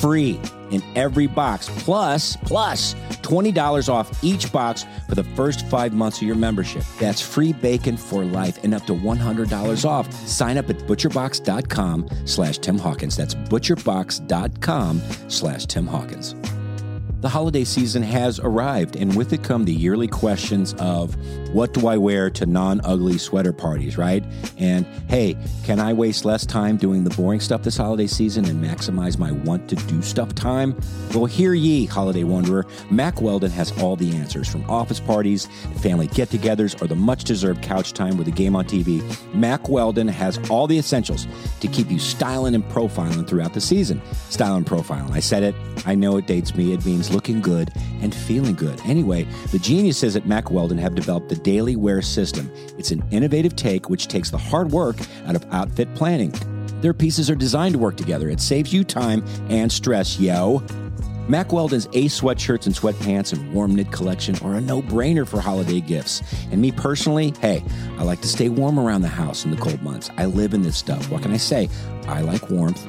Free in every box, plus plus $20 off each box for the first five months of your membership. That's free bacon for life and up to $100 off. Sign up at butcherbox.com slash Tim Hawkins. That's butcherbox.com slash Tim Hawkins. The holiday season has arrived, and with it come the yearly questions of what do I wear to non ugly sweater parties, right? And hey, can I waste less time doing the boring stuff this holiday season and maximize my want to do stuff time? Well, hear ye, holiday wanderer. Mac Weldon has all the answers from office parties, family get togethers, or the much deserved couch time with a game on TV. Mac Weldon has all the essentials to keep you styling and profiling throughout the season. Style and profiling. I said it. I know it dates me. It means looking good and feeling good. Anyway, the geniuses at Mac Weldon have developed the Daily Wear System. It's an innovative take which takes the hard work out of outfit planning. Their pieces are designed to work together. It saves you time and stress, yo. Mac Weldon's Ace sweatshirts and sweatpants and warm knit collection are a no brainer for holiday gifts. And me personally, hey, I like to stay warm around the house in the cold months. I live in this stuff. What can I say? I like warmth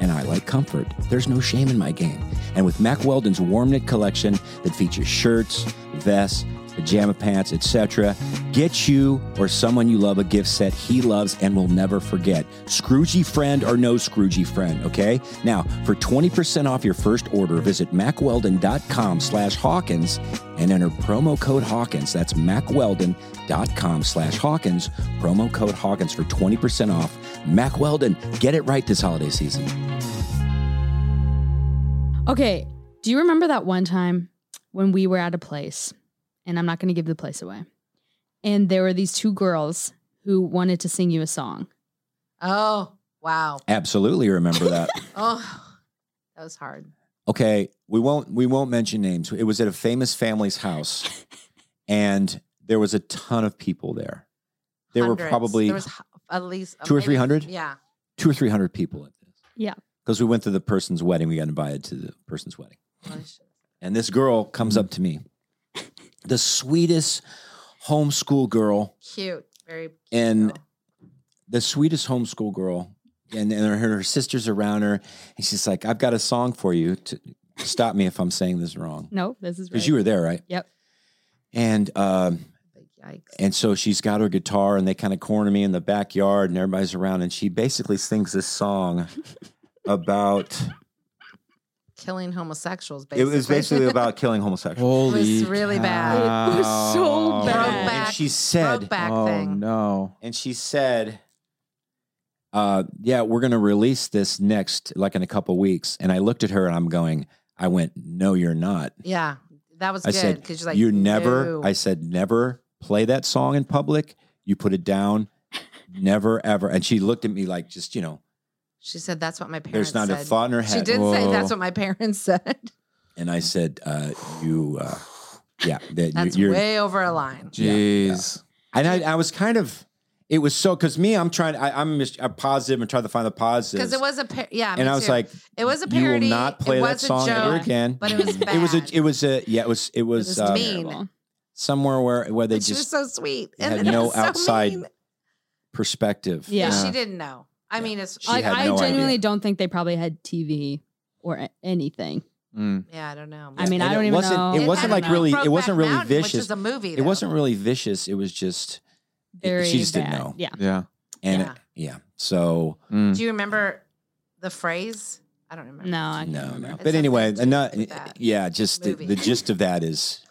and I like comfort. There's no shame in my game. And with Mac Weldon's warm knit collection that features shirts, vests, pajama pants, etc. Get you or someone you love a gift set he loves and will never forget. Scroogey friend or no Scroogey friend, okay? Now, for 20% off your first order, visit macweldon.com slash Hawkins and enter promo code Hawkins. That's macweldon.com slash Hawkins, promo code Hawkins for 20% off. Mac Weldon, get it right this holiday season. Okay. Do you remember that one time when we were at a place and I'm not going to give the place away? And there were these two girls who wanted to sing you a song. Oh, wow. Absolutely remember that. Oh, that was hard. okay we won't we won't mention names it was at a famous family's house and there was a ton of people there there were Hundreds. probably there was h- at least two or maybe- 300? Yeah. two or three hundred people at this Yeah. because we went to the person's wedding we got invited to the person's wedding and this girl comes Mm-hmm. up to me the sweetest homeschool girl Cute. Very. and Oh. the sweetest homeschool girl and, and her, her sisters around her and she's like i've got a song for you to stop me if i'm saying this wrong No, this is because right. you were there right Yep. and um, and so she's got her guitar, and they kind of corner me in the backyard, and everybody's around, and she basically sings this song about Killing homosexuals, it basically. was basically about killing homosexuals. It was really bad. It was so bad. And she said, Brokeback Oh, thing. no!" And she said, uh, "Yeah, we're gonna release this next, like in a couple weeks." And I looked at her, and I'm going, "I went, no, you're not." yeah. That was I good said, because you're like, you never, no. I said, never play that song in public. You put it down, never ever. And she looked at me like, just, you know, She said that's what my parents There's not a said." thought in her She head. did say that's Whoa. what my parents said. and I said, uh, you, uh, yeah, that That's you, are way over a line. Jeez. And I, I was kind of, it was so, cause me, I'm trying, I, I'm, mis- I'm positive and trying to find the positive. Because it was a par- yeah, me and I was too. like, it was a you parody. will not play it that was a song ever joke, again. But it was bad. It was a, it was a, yeah, it was, it was, was uh, mean. somewhere where, where they But she was just so sweet, and had then it no was so outside mean. perspective. Yeah, she didn't know. I mean, it's She had I no genuinely idea. don't think they probably had TV or a- anything. yeah, I don't know. I mean, Mm. And I don't it even wasn't, know. It wasn't like really. It wasn't really Mountain, which vicious. is a movie, It though. wasn't really vicious. It was just. it- Very she just didn't bad. know. Yeah. Mm. Yeah. And Yeah. yeah. So. Do you remember the phrase? I don't remember. No, I No, no. It's But anyway, something enough, to do with that. yeah, just the, Movie. the gist of that is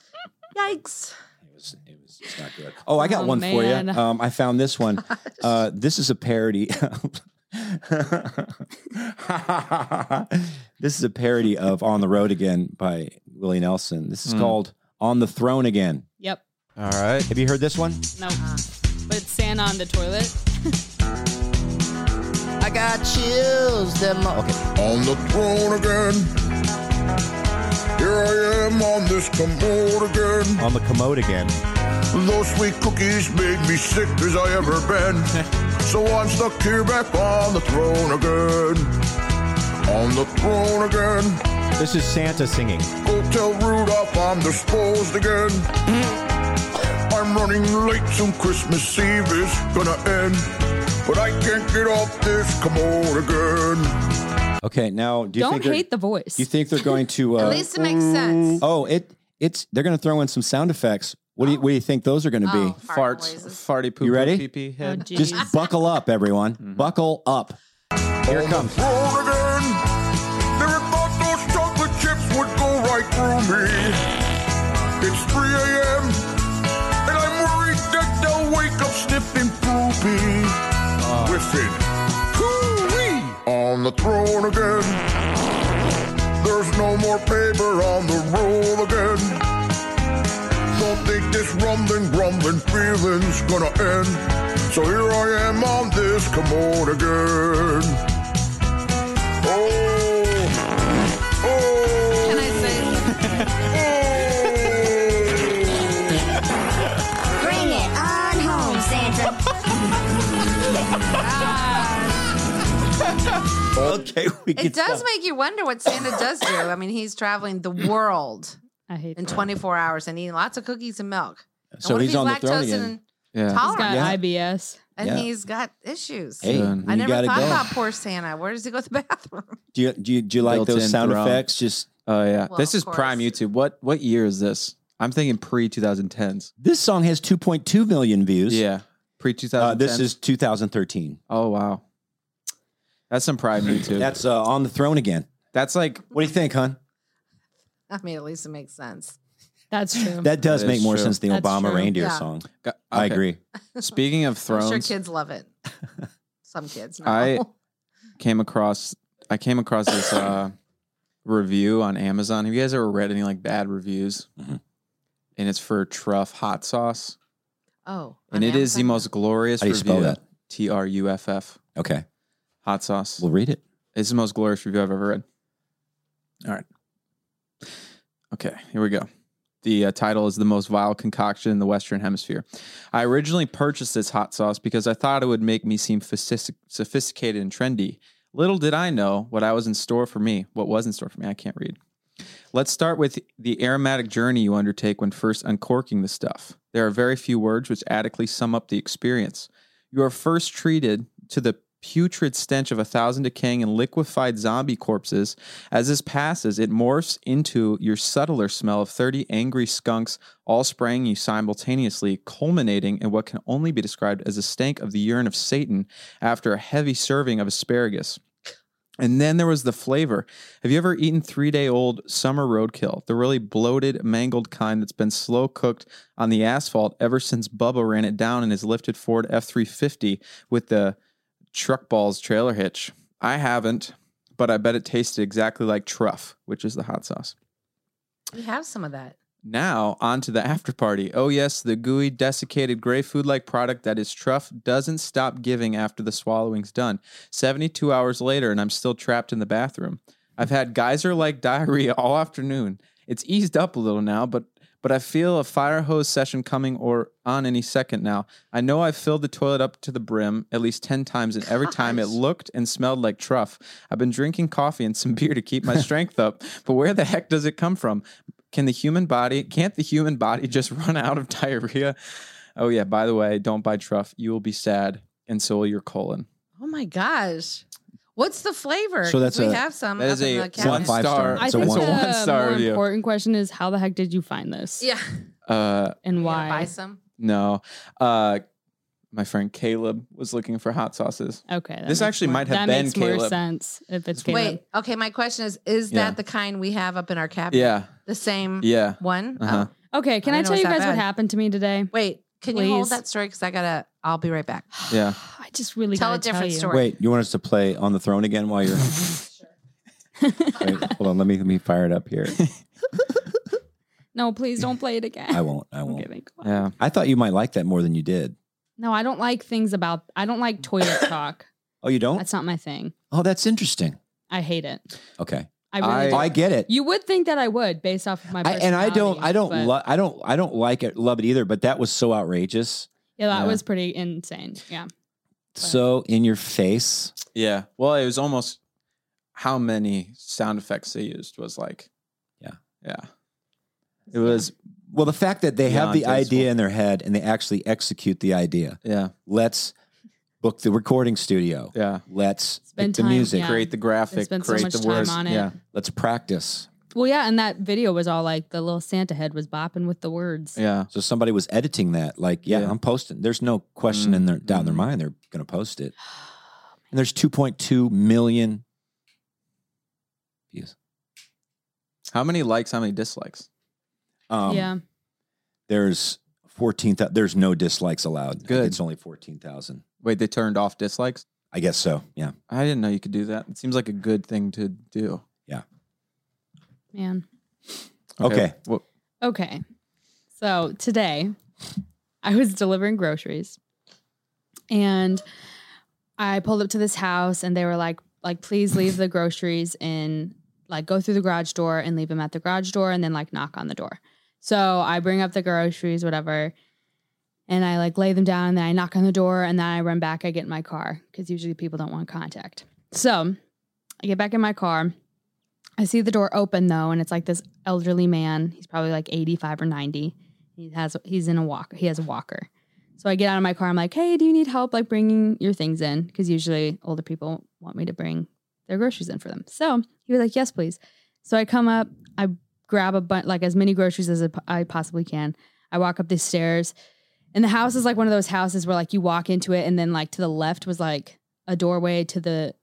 Yikes. it's not good. Oh, I got Oh, one for man. you. Um, I found this one. Uh, this is a parody. this is a parody of On the Road Again by Willie Nelson. This is Hmm. called On the Throne Again. Yep. All right. Have you heard this one? No. But it's Santa on the toilet. I got chills that my On the throne again. Here I am on this commode again. On the commode again. Those sweet cookies made me sick as I ever been. so I'm stuck here back on the throne again. On the throne again. This is Santa singing. Go tell Rudolph I'm disposed again. I'm running late, soon Christmas Eve is gonna end. But I can't get off this commode again. Okay, now do you Don't think they're- hate the voice. Mm. You think they're going to? Uh, At least it makes sense. Oh, it it's they're going to throw in some sound effects. What do you what do you think those are going to Oh, be? fart Farts, farty poo, poo, you ready? pee pee head. Mm-hmm. Oh, Just geez. buckle up, everyone. Buckle up. Here it comes. road again. Never thought those chocolate chips would go right through me. It's 3 a.m. and I'm worried that they'll wake up sniffing poopy. Whiffing. Hoo-wee. On the throne again. There's no more paper on the roll again. Don't think this rumbling, grumbling feeling's gonna end. So here I am on this commode again. Oh. Oh. Can I say Bring it on home, Santa. Okay, we can It does stop. make you wonder what Santa does do. I mean, he's traveling the world I hate in 24 hours and eating lots of cookies and milk. And So what if he's on the throne lactose again. and Yeah. He's got tolerant? Yeah. IBS. And Yeah. he's got issues. Hey, I Done. you never gotta thought go. about poor Santa. Where does he go to the bathroom? Do you do you, do you like Built-in those sound throne. effects? Just Oh yeah, Well, this of is prime course. YouTube. What what year is this? I'm thinking pre 2010s. this song has 2.2 million views. Yeah, pre 2010s. Uh, this is 2013. Oh wow, that's some prime YouTube. That's uh, on the throne again. That's like what do you think, hon? I mean, at least it makes sense. That's true. That does That make is more true. sense than the That's Obama true. reindeer Yeah. song. Go- I okay. agree. Speaking of thrones, I'm sure kids love it. Some kids. No. I came across I came across this uh, review on Amazon. Have you guys ever read any like bad reviews? Mm-hmm. And it's for Truff hot sauce, oh, and it is the most glorious How do you review. spell that? T R U F F Okay, hot sauce. we'll read it. It's the most glorious review I've ever read. All right. Okay, here we go. The uh, title is The Most Vile Concoction in the Western Hemisphere. I originally purchased this hot sauce because I thought it would make me seem sophistic- sophisticated and trendy. Little did I know what I was in store for me, what was in store for me. I can't read. Let's start with the aromatic journey you undertake when first uncorking the stuff. There are very few words which adequately sum up the experience. You are first treated to the putrid stench of a thousand decaying and liquefied zombie corpses. As this passes, it morphs into your subtler smell of 30 angry skunks all spraying you simultaneously, culminating in what can only be described as a stank of the urine of Satan after a heavy serving of asparagus. And then there was the flavor. Have you ever eaten three day old summer roadkill, the really bloated, mangled kind that's been slow cooked on the asphalt ever since Bubba ran it down in his lifted Ford F 350 with the truck balls trailer hitch? I haven't, but I bet it tasted exactly like truff, which is the hot sauce. We have some of that. Now, on to the after party. Oh, yes, the gooey, desiccated, gray food like product that is truff doesn't stop giving after the swallowing's done. 72 hours later, and I'm still trapped in the bathroom. I've had geyser like diarrhea all afternoon. It's eased up a little now, but but I feel a fire hose session coming or on any second now. I know I've filled the toilet up to the brim at least 10 times, and every time it looked and smelled like truff. I've been drinking coffee and some beer to keep my strength up, but where the heck does it come from? Can the human body, can't the human body just run out of diarrhea? Oh, yeah, by the way, don't buy truff. You will be sad, and so will your colon. Oh my gosh. What's the flavor? So that's 'Cause we a- have some. that up is in a the cabinet. one-five star. I It's a think one- the it's a one-star more review. important question is how the heck did you find this? Yeah. Uh, And why? Buy some. No. Uh my friend Caleb was looking for hot sauces. Okay. that makes This actually more- might that have been makes more Caleb. sense if Oh, it's Caleb. Wait, okay. My question is: Is Yeah. that the kind we have up in our cabinet? Yeah. The same. Yeah. Mm. One. Oh. Uh-huh. Okay, can I, didn't know tell it was you that guys what bad. happened to me today? Wait, Can you hold Please. that story? Because I gotta. I'll be right back. Yeah. I just really Tell gotta a different you. story. Wait, you want us to play on the throne again while you're? Wait, hold on. Let me let me fire it up here. No, please don't play it again. I won't. I won't. kidding. Yeah. I thought you might like that more than you did. No, I don't like things about. I don't like toilet talk. Oh, you don't? That's not my thing. Oh, that's interesting. I hate it. Okay. I really. I, do. get it. You would think that I would, based off of my. I, and I don't. I don't. but- Lo- I don't. I don't like it. Love it either. But that was so outrageous. Yeah, that Yeah. was pretty insane. Yeah. So in your face. Yeah. Well, it was almost how many sound effects they used was like, yeah, yeah. It was Well, the fact that they have Beyond the tasteful. idea in their head and they actually execute the idea. Yeah. Let's book the recording studio. Yeah. Let's Spend pick the time, music, yeah. Create the graphic, spend so create much the time words. on it. Yeah. Let's practice. Well, yeah, and that video was all like the little Santa head was bopping with the words. Yeah. So somebody was editing that. Like, yeah, Yeah. I'm posting. There's no question in their down their mind they're going to post it. And there's 2.2 million views. How many likes? How many dislikes? Um, yeah. There's 14. There's no dislikes allowed. Good. It's only 14,000. Wait, they turned off dislikes? I guess so. Yeah. I didn't know you could do that. It seems like a good thing to do. Yeah. Man. Okay. Well, Okay. So today I was delivering groceries and I pulled up to this house and they were like, like, please leave the groceries in, like go through the garage door and leave them at the garage door and then like knock on the door. So I bring up the groceries, whatever, and I like lay them down and then I knock on the door and then I run back, I get in my car because usually people don't want contact. So I get back in my car. I see the door open though, and it's like this elderly man. He's probably like 85 or 90. He has he's in a walker. He has a walker. So I get out of my car. I'm like, hey, do you need help like bringing your things in? Because usually older people want me to bring their groceries in for them. So he was like, yes, please. So I come up. I grab a bunch, like as many groceries as I po- I possibly can. I walk up these stairs, and the house is like one of those houses where like you walk into it, and then like to the left was like a doorway to the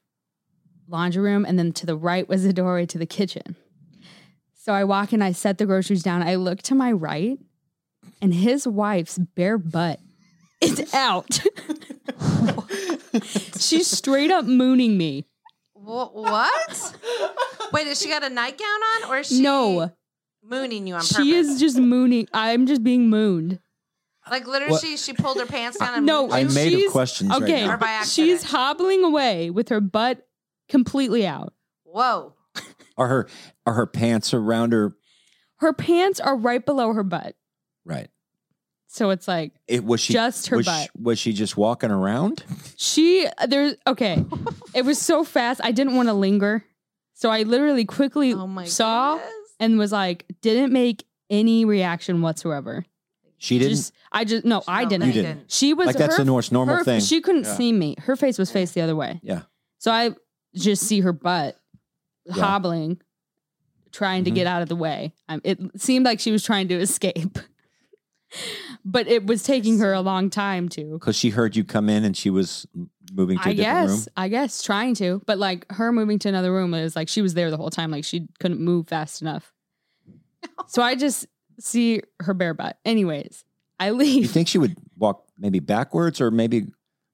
laundry room, and then to the right was the doorway to the kitchen. So I walk in, I set the groceries down, I look to my right, and his wife's bare butt is out. She's straight up mooning me. Wha- What? Wait, has she got a nightgown on, or is she no, mooning you on purpose? she is just mooning. I'm just being mooned. Like literally, What? she she pulled her pants down and No, mooned you? she's- Okay, Or by accident. she's hobbling away with her butt completely out. Whoa. Are her are her pants around her? Her pants are right below her butt, Right. so it's like It was she Just her was butt. She, was she just walking around? She there okay. it was so fast. I didn't want to linger. So I literally quickly Oh saw and was like didn't make any reaction whatsoever. She didn't. Just I just no, I didn't. You didn't. She was Like, that's her- the most normal her- thing. She couldn't Yeah. see me. Her face was faced the other way. yeah. So I just see her butt Yeah. hobbling trying to Mhm. get out of the way. Um, it seemed like she was trying to escape. but it was taking her a long time to. Because she heard you come in and she was m- moving to a I different guess, room. I guess trying to, but like her moving to another room it was like she was there the whole time, like she couldn't move fast enough. so I just see her bare butt. Anyways, I You leave. think she would walk maybe backwards or maybe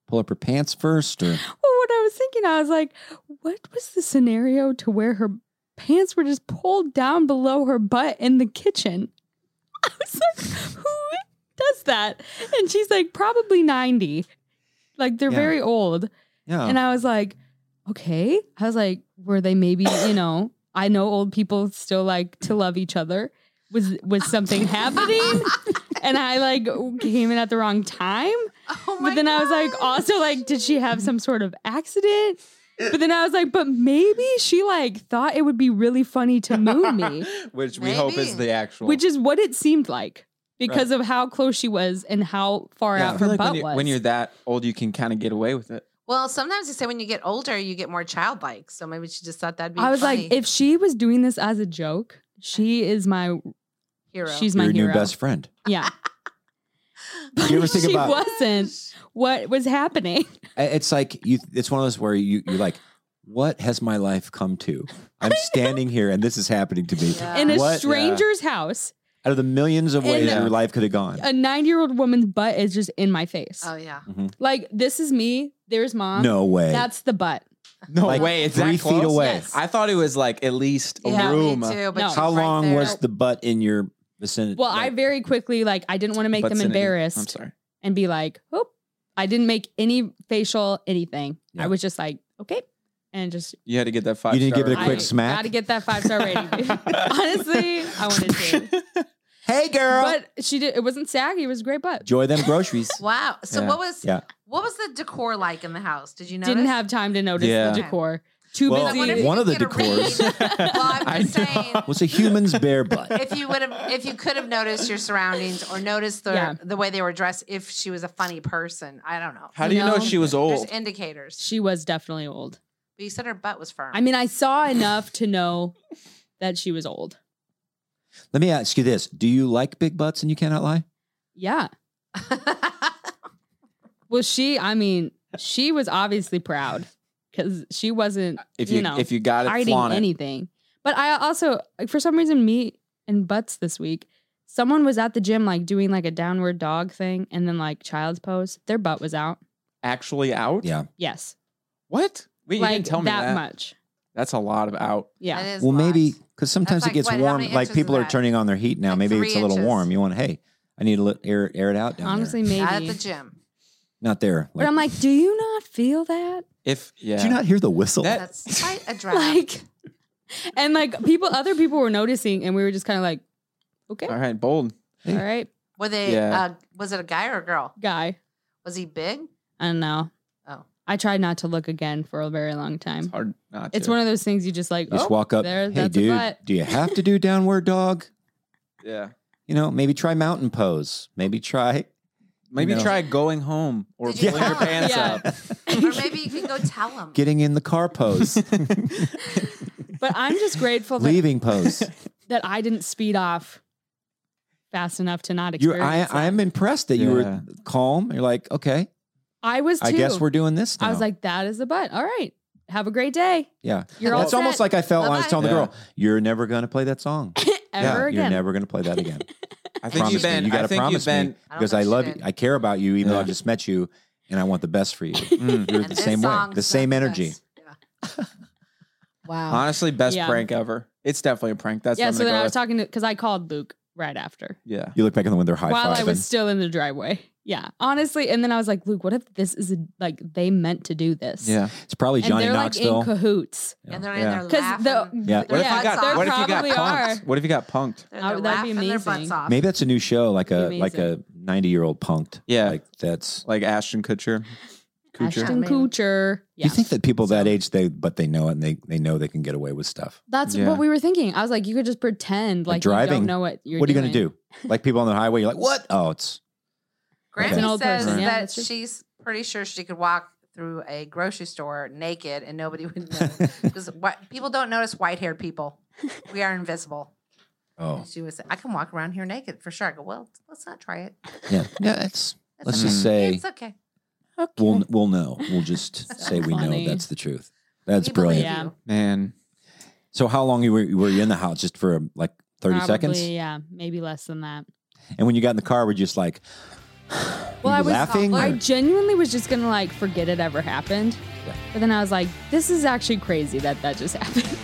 pull up her pants first? Or Well, what I was thinking, I was like, what was the scenario to where her pants were just pulled down below her butt in the kitchen? I was like, who does that? And she's like, probably 90. Like they're Yeah. very old. Yeah. And I was like, okay. I was like, were they maybe, you know, I know old people still like to love each other. Was was something happening? and I like came in at the wrong time. Oh but then I was like, also like, did she have some sort of accident? But then I was like, but maybe she like thought it would be really funny to moon me, Which we hope is the actual. which is what it seemed like because of how close she was and how far Yeah, I out feel her like butt when, you're, was. when you're that old, you can kind of get away with it. Well, sometimes they say when you get older, you get more childlike. So maybe she just thought that'd be. I was funny. like, if she was doing this as a joke, she is my Hero. She's my your hero. new best friend. Yeah. But You ever think she about- wasn't what was happening. I- It's like you. It's one of those where you you're like, what has my life come to? I'm standing here and this is happening to me. In a What- stranger's house, out of the millions of In ways a- your life could have gone. a nine-year-old woman's butt is just in my face. Oh yeah. Mhm. Like this is me. There's mom. No way. That's the butt. No Like way. It's three that feet close? away. I thought it was like at least a Yeah, me room. too, but No. she's How right long there. was the butt in your vicinity? Well, I very quickly like I didn't want to make them Butts in it. embarrassed. I'm sorry. And be like, "Oop." I didn't make any facial anything. I was just like, "Okay." And just You had to get that five. You didn't give it a I quick smack. Got to get that five star rating. dude. Honestly, I wanted to. Hey, girl. But she did. It wasn't saggy. It was a great butt. Enjoy them groceries. Wow. So Yeah. what was Yeah. what was the decor like in the house? Did you notice? Didn't have time to notice Yeah. the decor. Too well, busy. One of the decors I'm just saying, was a human's bare butt. if you would have, if you could have noticed your surroundings or noticed the Yeah. the way they were dressed, if she was a funny person, I don't know. How do you know No. she was There's old? indicators. She was definitely old. But you said her butt was firm. I mean, I saw enough to know that she was old. Let me ask you this: Do you like big butts and you cannot lie? Yeah. well, she, I mean, she was obviously proud because she wasn't, If you, you- know, if you got it, hiding flaunt it. anything. But I also, like, for some reason, me and Butts this week, someone was at the gym, like, doing like a downward dog thing and then like child's pose. Their butt was out. Actually out. Yeah. Yes. What? Wait, you like, didn't tell me that. much. That's a lot of out. Yeah. Well, maybe because sometimes like, it gets what, how warm. many Like inches people is are that? turning on their heat now. maybe three it's a little inches. warm. You want, hey, I need to let- air air it out down Honestly, there. maybe. Not at the gym. Not there. but I'm like, do you not feel that? if yeah. Did you not hear the whistle? That's quite a drag. Like, and like people, other people were noticing, and we were just kind of like, okay, All right, bold. all right, Were they? Yeah. Uh, was it a guy or a girl? guy. Was he big? I don't know. Oh. I tried not to look again for a very long time. It's hard not It's to. one of those things you just like, You just oh, walk up. there, hey, that's a dude, butt. do you have to do downward dog? Yeah. You know, maybe try mountain pose. Maybe try. Maybe you know, try going home or Did you pulling your tell him? pants Yeah. up. or maybe you can go tell him. getting in the car pose, But I'm just grateful that, leaving pose. that I didn't speed off fast enough to not You're, experience. I, that. I'm impressed that you were calm. You're like, okay, I was. Too. I guess we're doing this I was now. like, that is a butt. All right, have a great day. yeah. You're all That's set. almost like I felt when I was Bye-bye. telling Yeah. the girl, you're never going to play that song. Ever you're again. never going to play that again. I think Promise you've me. been. you I got to think promise you've been. me because I, love you. I care about you, even though I just met you and I want the best for you. Mm. You're the this same way, song's the same energy. Wow. Honestly, best Oh. Yeah. prank ever. It's definitely a prank. That's yeah. What I'm So then gonna I go was with. talking to because I called Luke right after. Yeah. You look back in the window, high while five. I was still in the driveway. Yeah, honestly. And then I was like, Luke, what if this is a, like they meant to do this? Yeah. It's probably Johnny and they're Knoxville. like in cahoots. And they're Yeah. in there Because laughing. the Yeah. yeah, What if you got- there what if you got probably are. What if you got punked? They're, they're Oh, that'd be laughing their butts amazing. off. Maybe that's a new show, like a Amazing. like a ninety year old punked. Yeah. like that's like Ashton Kutcher. Kutcher. Ashton Kutcher. Yeah, You think that people that age, they but they know it and they they know they can get away with stuff. that's Yeah. what we were thinking. I was like, you could just pretend like, you don't know what you're. what are you doing. going to do? Like people on the highway, you're like, what? Oh, it's Grammy Okay. An old says person, yeah, that that's true. she's pretty sure she could walk through a grocery store naked and nobody would know because people don't notice white-haired people. We are invisible. oh She was. I can walk around here naked for sure. I go. Well, let's not try it. yeah yeah. It's That's let's okay. just say it's okay. we'll we'll know. We'll just So say we funny. know that's the truth. That's We believe brilliant, you. man. So how long you were were you in the house? Just for like thirty Probably, seconds? Yeah, maybe less than that. And when you got in the car, we're just like, Well, you I was laughing I or- genuinely was just gonna like forget it ever happened, but then I was like, this is actually crazy that that just happened.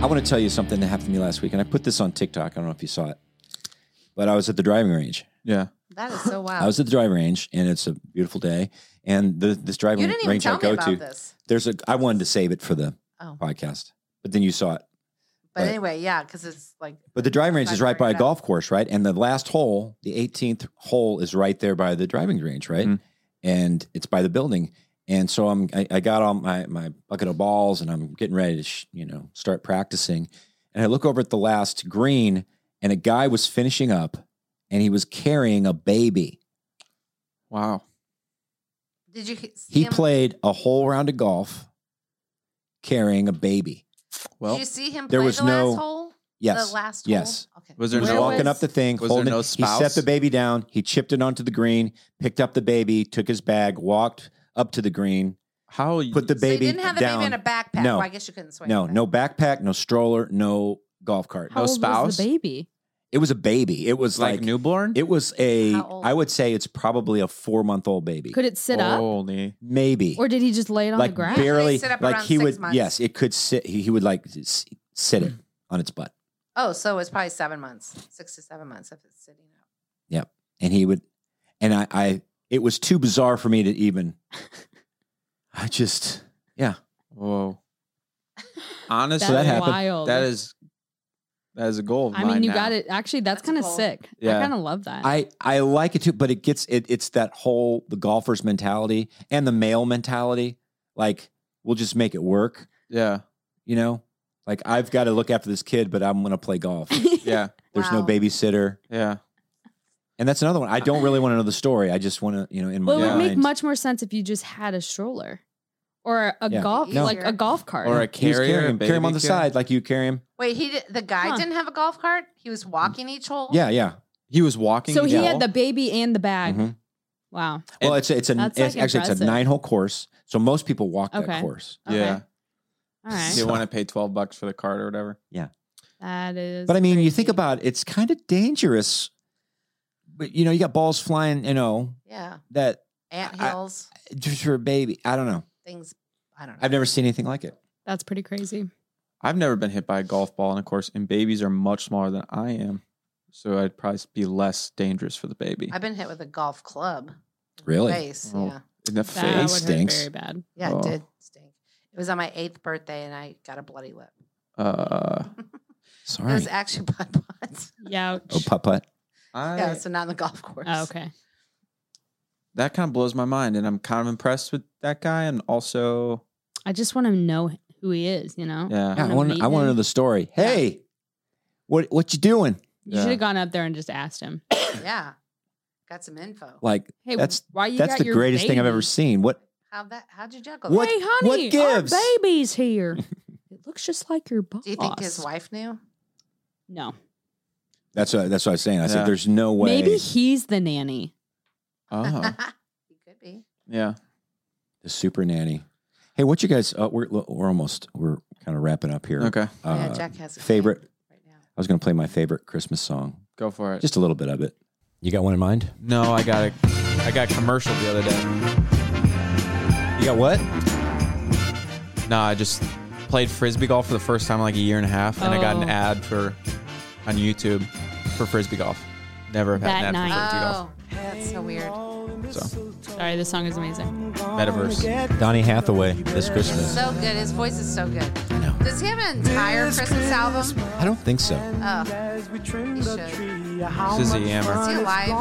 I want to tell you something that happened to me last week, and I put this on TikTok. I don't know if you saw it, but I was at the driving range. Yeah. That is so wild. I was at the driving range, and it's a beautiful day. And the, this driving You didn't even range tell I me go about to, this. there's a. I wanted to save it for the Oh. podcast, but then you saw it. but, but- anyway, yeah, because it's like But the driving range is right by a golf course, right? And the last hole, the 18th hole, is right there by the driving range, right? And it's by the building. And so I'm, I, I got all my my bucket of balls, and I'm getting ready to, sh- you know, start practicing. And I look over at the last green, and a guy was finishing up, and he was carrying a baby. Wow. Did you he- see He him? played a whole round of golf carrying a baby. did you see him there play was the no- last hole? Yes. The last hole? Yes. Okay. he Was there was no- walking up the thing, was there holding no it. He set spouse? the baby down. He chipped it onto the green, picked up the baby, took his bag, walked up to the green. How put the So baby you didn't have the down. baby in a backpack. No, Well, I guess you couldn't swing. no, no backpack, no stroller, no golf cart, How no old spouse. was the baby? It was a baby. It was Like like, newborn. It was a. How old? I would say it's probably a four month old baby. Could it sit up? Holy. Maybe Or did he just lay it on Oh. like the ground? barely. sit up Like around he six would. months. Yes, it could sit. He, he would like s- sit Hmm. it on its butt. Oh, so it was probably seven months, six to seven months if it's sitting up. Yep. And he would, and I, I, it was too bizarre for me to even, I just, yeah. Whoa. Honestly, That's that happened. wild. That is that is a goal. Of I mean, mine you now. got it. Actually, that's, kind of sick. I Yeah. kind of love that. I, I like it too, but it gets, it, it's that whole, the golfer's mentality and the male mentality. Like, we'll just make it work, Yeah, you know? Like, I've got to look after this kid, but I'm going to play golf. yeah, There's Wow. no babysitter. yeah. And that's another one. I don't really want to know the story. I just want to, you know, in my well, it would mind. make much more sense if you just had a stroller or a Yeah. golf, No. like a golf cart. Or a He was carrier, carrying him, a carry him on baby the carrier. side like you carry him. Wait, he did, the guy Huh. didn't have a golf cart. He was walking each hole. Mm-hmm. Yeah, yeah. He was walking. so he down- had the baby and the bag. Mhm. Wow. Well, it's a, it's an That's, it's, like, actually it's a impressive. nine hole course, so most people walk Okay. that course. Okay. Yeah, All right. they want to pay twelve bucks for the card or whatever. That is. But I mean, you think about it, it's kind of dangerous. But you know, you got balls flying, you know, Yeah. that Ant I- hills, just for a baby. I don't know. things. I don't know. I've never seen anything like it. That's pretty crazy. I've never been hit by a golf ball, and of course, and babies are much smaller than I am, so I'd probably be less dangerous for the baby. I've been hit with a golf club. in the Really? Face. Oh. Yeah. In the That would face, hurt stinks. very bad. Yeah, Oh. it did stink. It was on my eighth birthday, and I got a bloody lip. uh, It Sorry. was actually putt putts. Youch. Oh, putt putt. I, yeah, so not on the golf course. Oh, okay. that kind of blows my mind, and I'm kind of impressed with that guy, and also, I just want to know who he is, you know? Yeah, yeah, I wanna want meet I want to know him. the story. Hey, what what you doing? You yeah. should have gone up there and just asked him. Yeah. Got some info. Like Hey, that's why you that's got the your greatest thing I've baby? ever seen. What How that? How'd you juggle What- that? hey, honey, what gives? our baby's here. it looks just like your boss. Do you think his wife knew? No. that's what that's what I was saying. I Yeah. said there's no way. Maybe he's the nanny. oh, he could be. yeah, the super nanny. Hey, what you guys? Uh, we're we're almost we're kind of wrapping up here. okay, yeah, Uh, Jack has a favorite- thing right now. I was going to play my favorite Christmas song, go for it. just a little bit of it. You got one in mind? no, I got a, I got commercial the other day. You got what? No, I just played frisbee golf for the first time in like a year and a half, and I got Oh. an ad for on YouTube for frisbee golf. Never have had an That ad Oh, that's so weird. for frisbee golf. Sorry, this song is amazing. So Oh, metaverse. Donnie Hathaway this Christmas. So good. His voice is so good. Does he have an entire Christmas album? I don't think so. Oh, he should. This is a yammer. Is he alive?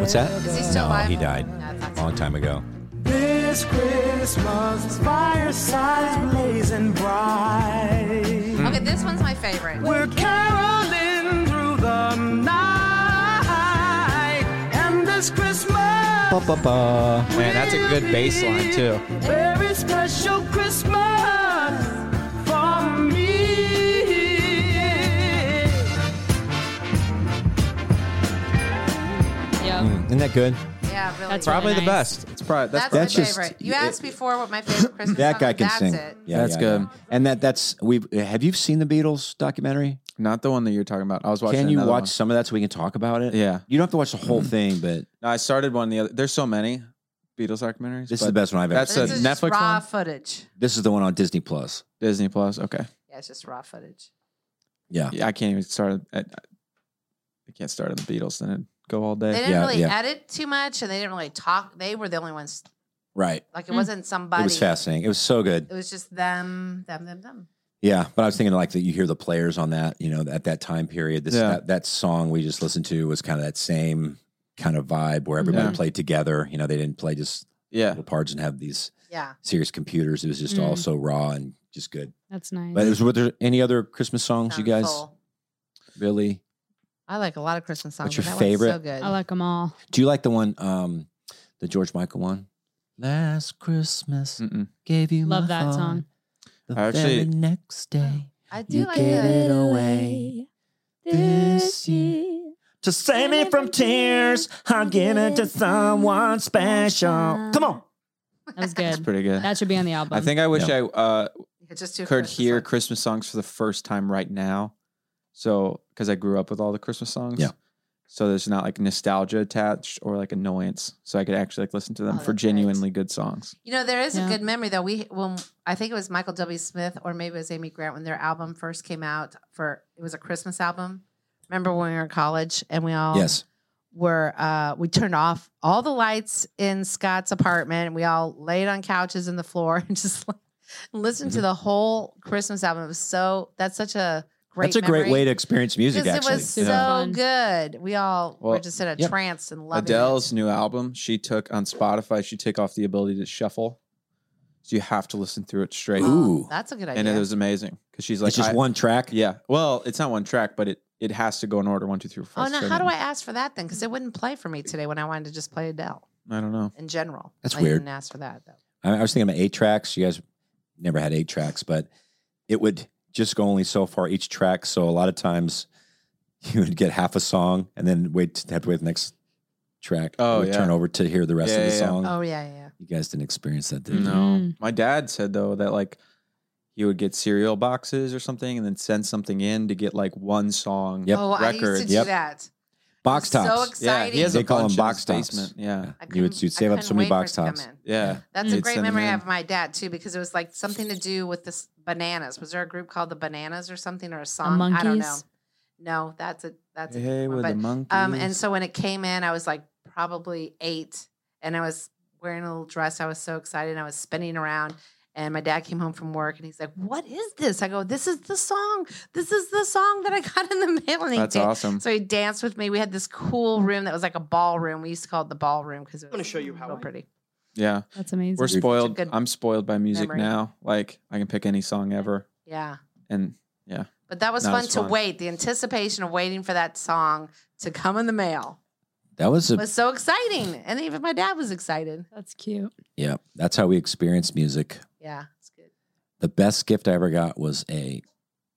What's that? Is he still no, alive? he died Yeah, I thought a long time ago. This Christmas fireside's blazing bright. so. Okay, this one's my favorite. We're caroling through the night, and this Christmas, Ba, ba, ba. Man, that's a good bass line too. very special Christmas for me. Yep. Mm, Isn't that good? Yeah, Oh. really. That's good. right. Probably the nice. best. It's probably that's, That's, That's my just- favorite. you asked before what my favorite Christmas That song guy is. can That's sing. It. That's good. And that that's we have you seen the Beatles documentary? not the one that you're talking about. I was watching. Can you another watch one. some of that so we can talk about it? Yeah. Mm-hmm. You don't have to watch the whole thing, but No, I started one the other. There's so many Beatles documentaries. this is the but best one I've ever That's seen. This a is just Netflix raw one? footage. This is the one on Disney Plus. Disney Plus. Okay. Yeah, it's just raw footage. Yeah. Yeah, I can't even start. At, I can't start on the Beatles and it'd go all They day. didn't Uh, Yeah, really yeah. edit too much, and they didn't really talk. They were the only ones. Right. Like it Mm. wasn't somebody. It was fascinating. It was so good. It was just them, them, them, them. Yeah, but I was thinking like that you hear the players on that, you know, at that time period. This Yeah. that, that song we just listened to was kind of that same kind of vibe where everybody Yeah. played together. You know, they didn't play just Yeah. little parts and have these Yeah. Mm-hmm. serious computers. It was just all so raw and just good. That's nice. But was, were there any other Christmas songs you Sounds guys full. really? I like a lot of Christmas songs. What's your but that one's So favorite? good. I like them all. Do you like the one, um, the George Michael one? Last Christmas Mm-mm. gave you Love my that heart. song. The I actually- very next day I do like gave the- it away this year. To save me from tears, I'll give it to someone special. Come on. That was good. That's pretty good. That should be on the album. I think I wish I uh, just could do hear Christmas songs for the first time right now. So, because I grew up with all the Christmas songs. Yeah. So there's not like nostalgia attached or like annoyance. So I could actually like listen to them Oh, for genuinely good songs. You know, there is Yeah. a good memory though. We when I think it was Michael W. Smith or maybe it was Amy Grant when their album first came out for it was a Christmas album. Remember when we were in college and we all Yes. were uh we turned off all the lights in Scott's apartment and we all laid on couches in the floor and just like listened Mm-hmm. to the whole Christmas album. It was so that's such a great That's a great memory. way to experience music, 'Cause actually. It was so good. We all were Well, just in a yeah. trance and loving it. Adele's new album, she took on Spotify, she took off the ability to shuffle. So you have to listen through it straight. Ooh. That's a good idea. And it was amazing because she's like, it's just I- one track. Yeah. Well, it's not one track, but it, it has to go in order one, two, three, four. Oh, now so how do then- I ask for that then? Because it wouldn't play for me today when I wanted to just play Adele I don't know. in general. That's I weird. didn't ask for that though. I, I was thinking about eight tracks. You guys never had eight tracks, but it would just go only so far each track. So a lot of times you would get half a song and then wait have to wait the next track. Oh, It would yeah. Turn over to hear the rest Yeah, of the yeah, yeah. song. Oh yeah, yeah. You guys didn't experience that, did you? No. My dad said though that like he would get cereal boxes or something and then send something in to get like one song Yep. Oh, I used to do Yep. that. Box So tops. exciting. Yeah, he has they a call bunch them in box his tops. basement. Yeah. You would you'd save up so couldn't many wait for box it to come tops. in. Yeah. That's a You'd great send them memory I in. have of my dad too, because it was like something to do with this bananas. Was there a group called the Bananas or something or a song? I don't know. Monkees? No, that's a that's a Hey, different with one, the but- monkeys. Um, and so when it came in, I was like probably eight, and I was wearing a little dress. I was so excited. and I was spinning around, and my dad came home from work, and he's like, "What is this?" I go, "This is the song. This is the song that I got in the mail." And he That's dan- awesome. So he danced with me. We had this cool room that was like a ballroom. We used to call it the ballroom because it was I'm gonna show you how pretty. yeah. That's amazing. We're spoiled. good I'm spoiled by music memory. now. Like I can pick any song ever. Yeah. And yeah. But that was Not fun as to fun. wait. The anticipation of waiting for that song to come in the mail That was a was so exciting. And even my dad was excited. That's cute. yeah. That's how we experienced music. Yeah. The best gift I ever got was a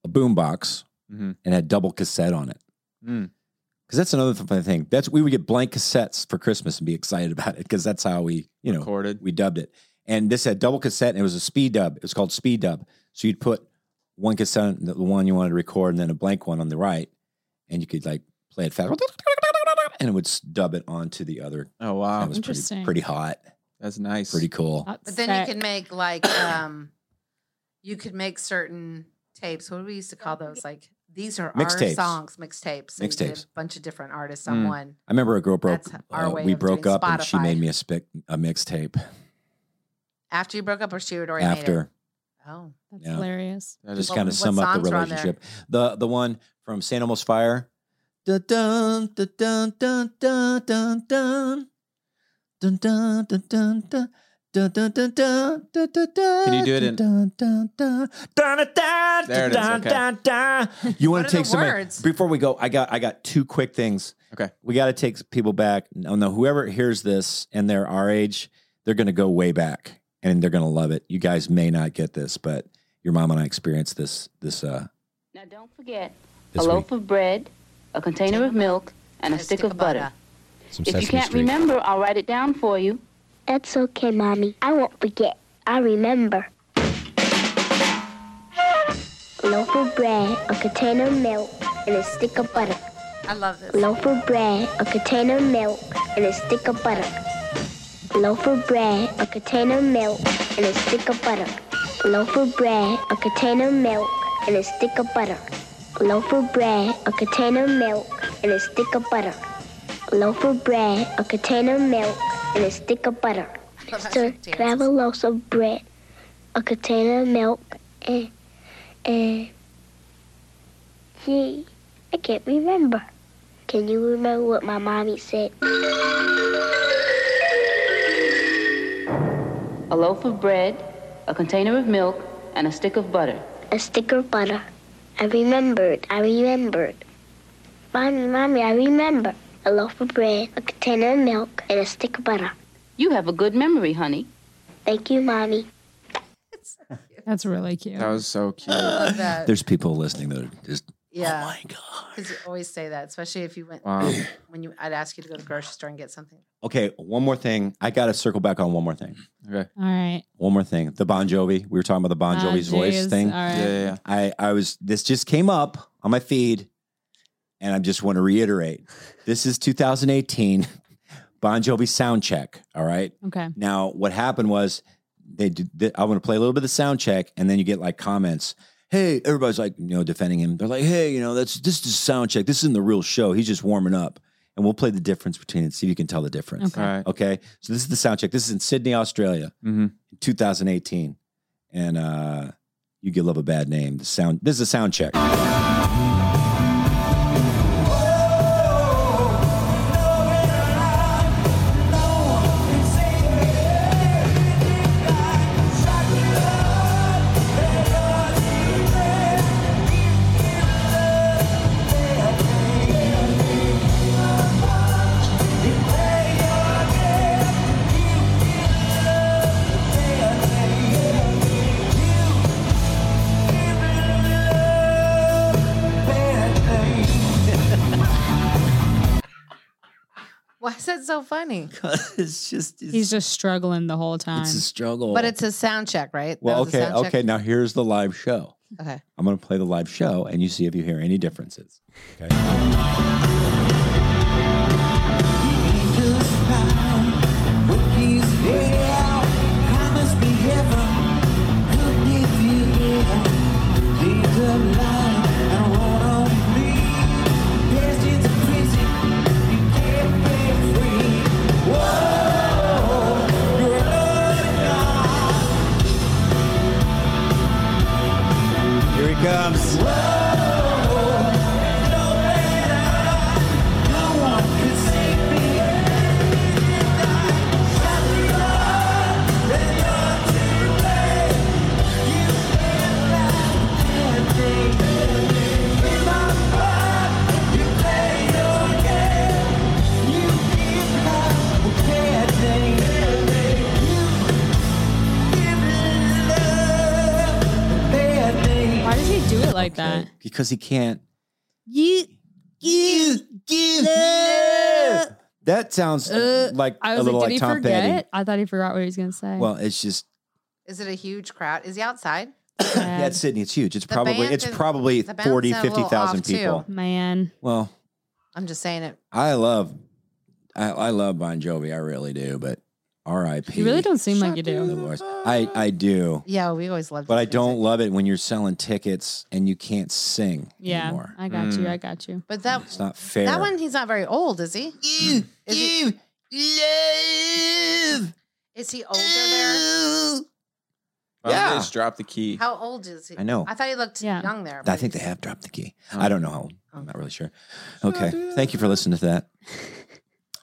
a boom box Mhm. and had double cassette on it. Mm. Because that's another th- thing. That's we would get blank cassettes for Christmas and be excited about it because that's how we you know Recorded. we dubbed it. And this had double cassette and it was a speed dub. It was called speed dub. So you'd put one cassette, on the the one you wanted to record, and then a blank one on the right, and you could like play it fast, and it would s- dub it onto the other. Oh wow. That was pretty, Interesting. pretty hot, That's nice. pretty cool. But then you can make like um you could make certain tapes. What do we used to call those? Like these are our Mixtapes. songs, mixtapes. and you did Mixtapes. A bunch of different artists Mm. on one. I remember a girl broke. That's our Uh, way we of broke doing up, and she Spotify. made me a, spic- a mixtape After you broke up or she had already made it? after. Oh. That's Yeah. hilarious. That is Just What- kind of what sum up the songs were on there? relationship. The the one from St. Elmo's Fire. Dun dun dun dun dun dun dun dun dun dun dun dun dun. Dun, dun, dun, dun, dun, dun, dun, Can you do it in- dun, dun, dun, dun, dun, dun, There it is, dun, okay. dun, dun. You What want are to the take some words? before we go. I got I got two quick things. Okay. we got to take people back. No, no, whoever hears this and they're our age, they're going to go way back and they're going to love it. You guys may not get this, but your mom and I experienced this this uh Now don't forget This a loaf of bread, a container of milk, and a stick of butter. some If you can't remember, I'll write it down for you. That's okay, Mommy. I won't forget. I remember. Loaf of bread, a container of milk, and a stick of butter. I love this. Loaf of bread, a container of milk, and a stick of butter. Loaf of bread, a container of milk, and a stick of butter. Loaf of bread, a container of milk, and a stick of butter. Loaf of bread, a container of milk, and a stick of butter. Loaf of bread, a container of milk, and a stick of butter. Sir, could I have a loaf of bread, a container of milk, and and gee, I can't remember. Can you remember what my mommy said? A loaf of bread, a container of milk, and a stick of butter. A stick of butter. I remembered. I remembered. Mommy, mommy, I remember. A loaf of bread, a container of milk, and a stick of butter. You have a good memory, honey. Thank you, mommy. That's really cute. That was so cute. love that. There's people listening that are just Yeah. Oh my god. Because you always say that, especially if you went Wow. when you. I'd ask you to go to the grocery store and get something. okay. One more thing. I got to circle back on one more thing. Okay. All right. One more thing. The Bon Jovi. We were talking about the Bon Ah, Jovi's voice jeez. thing. All right. Yeah, yeah, yeah. I I was. This just came up on my feed, and I just want to reiterate. This is 2018 Bon Jovi sound check. All right. Okay. Now, what happened was they did. They, I want to play a little bit of the sound check, and then you get like comments. Hey, everybody's like, you know, defending him. They're like, hey, you know, that's this is sound check. This isn't the real show. He's just warming up, and we'll play the difference between it. See if you can tell the difference. Okay. All right. Okay. So this is the sound check. This is in Sydney, Australia, Mm-hmm. 2018, and uh, you give love a bad name. The sound. This is a sound check. Why is that so funny? it's just He's just struggling the whole time. It's a struggle. But it's a sound check, right? That well, was a okay, sound check? okay. Now here's the live show. Okay. I'm going to play the live show, and you see if you hear any differences. Here he comes. Why does he do it like that? Because he can't. You, you, give love. That sounds uh, like I a was little like, like, did he Tom forget? Petty. I thought he forgot what he was gonna say. Well, it's just Is it a huge crowd? Is he outside? yeah, it's Sydney. It's huge. It's The probably band it's is- probably the band 40, sound a little 50,000 off, too. people. Man, Well, I'm just saying it. I love, I, I love Bon Jovi. I really do. But R.I.P. you really don't seem like you do. I I do. Yeah, we always loved. But I his don't music. love it when you're selling tickets and you can't sing. Yeah, anymore. I got you, Mm. I got you. But that It's not fair. that one, he's not very old, is he? Is he, is he older there? Yeah. They just dropped the key. How old is he? I know. I thought he looked young there. I think they have dropped the key. I don't know how. I'm not really sure. Okay. Thank you for listening to that.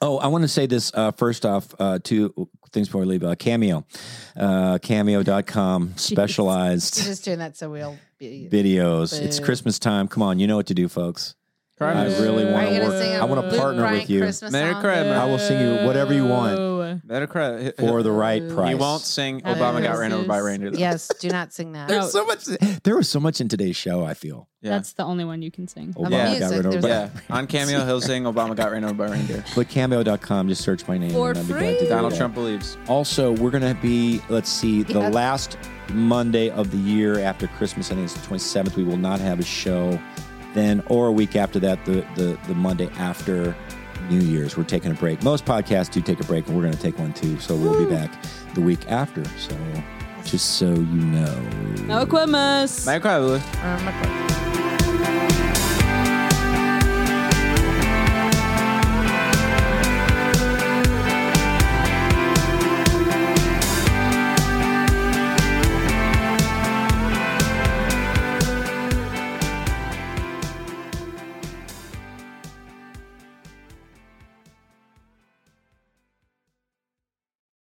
Oh, I want to say this uh, first off, uh, two things before we leave. Uh, Cameo, uh, cameo.com, You're specialized just doing that so we'll be. videos. It's Boo. Christmas time. Come on, you know what to do, folks. I really Are want you to gonna work. sing a I want Luke to partner Bryan with you. Christmas Merry song? Christmas. I will sing you whatever you want Better credit for the right price. He won't sing Happy Obama Got Ran Over by a Christmas. Reindeer. though. Yes, do not sing that. There's so much. There was so much in today's show. I feel. That's the only one you can sing. Obama Yeah. got rid of There's- Yeah. On Cameo, he'll sing Obama Got Ran Over by a Reindeer. But cameo.com, just search my name. For and I'd be glad to do Donald that. Trump believes. Also, we're going to be, let's see, the Yeah. last Monday of the year after Christmas. I think it's the 27th. We will not have a show then or a week after that, the, the, the Monday after New Year's. We're taking a break. Most podcasts do take a break, and we're going to take one too. So we'll be back the week after. So just so you know. Merry Christmas. Merry Christmas. Um,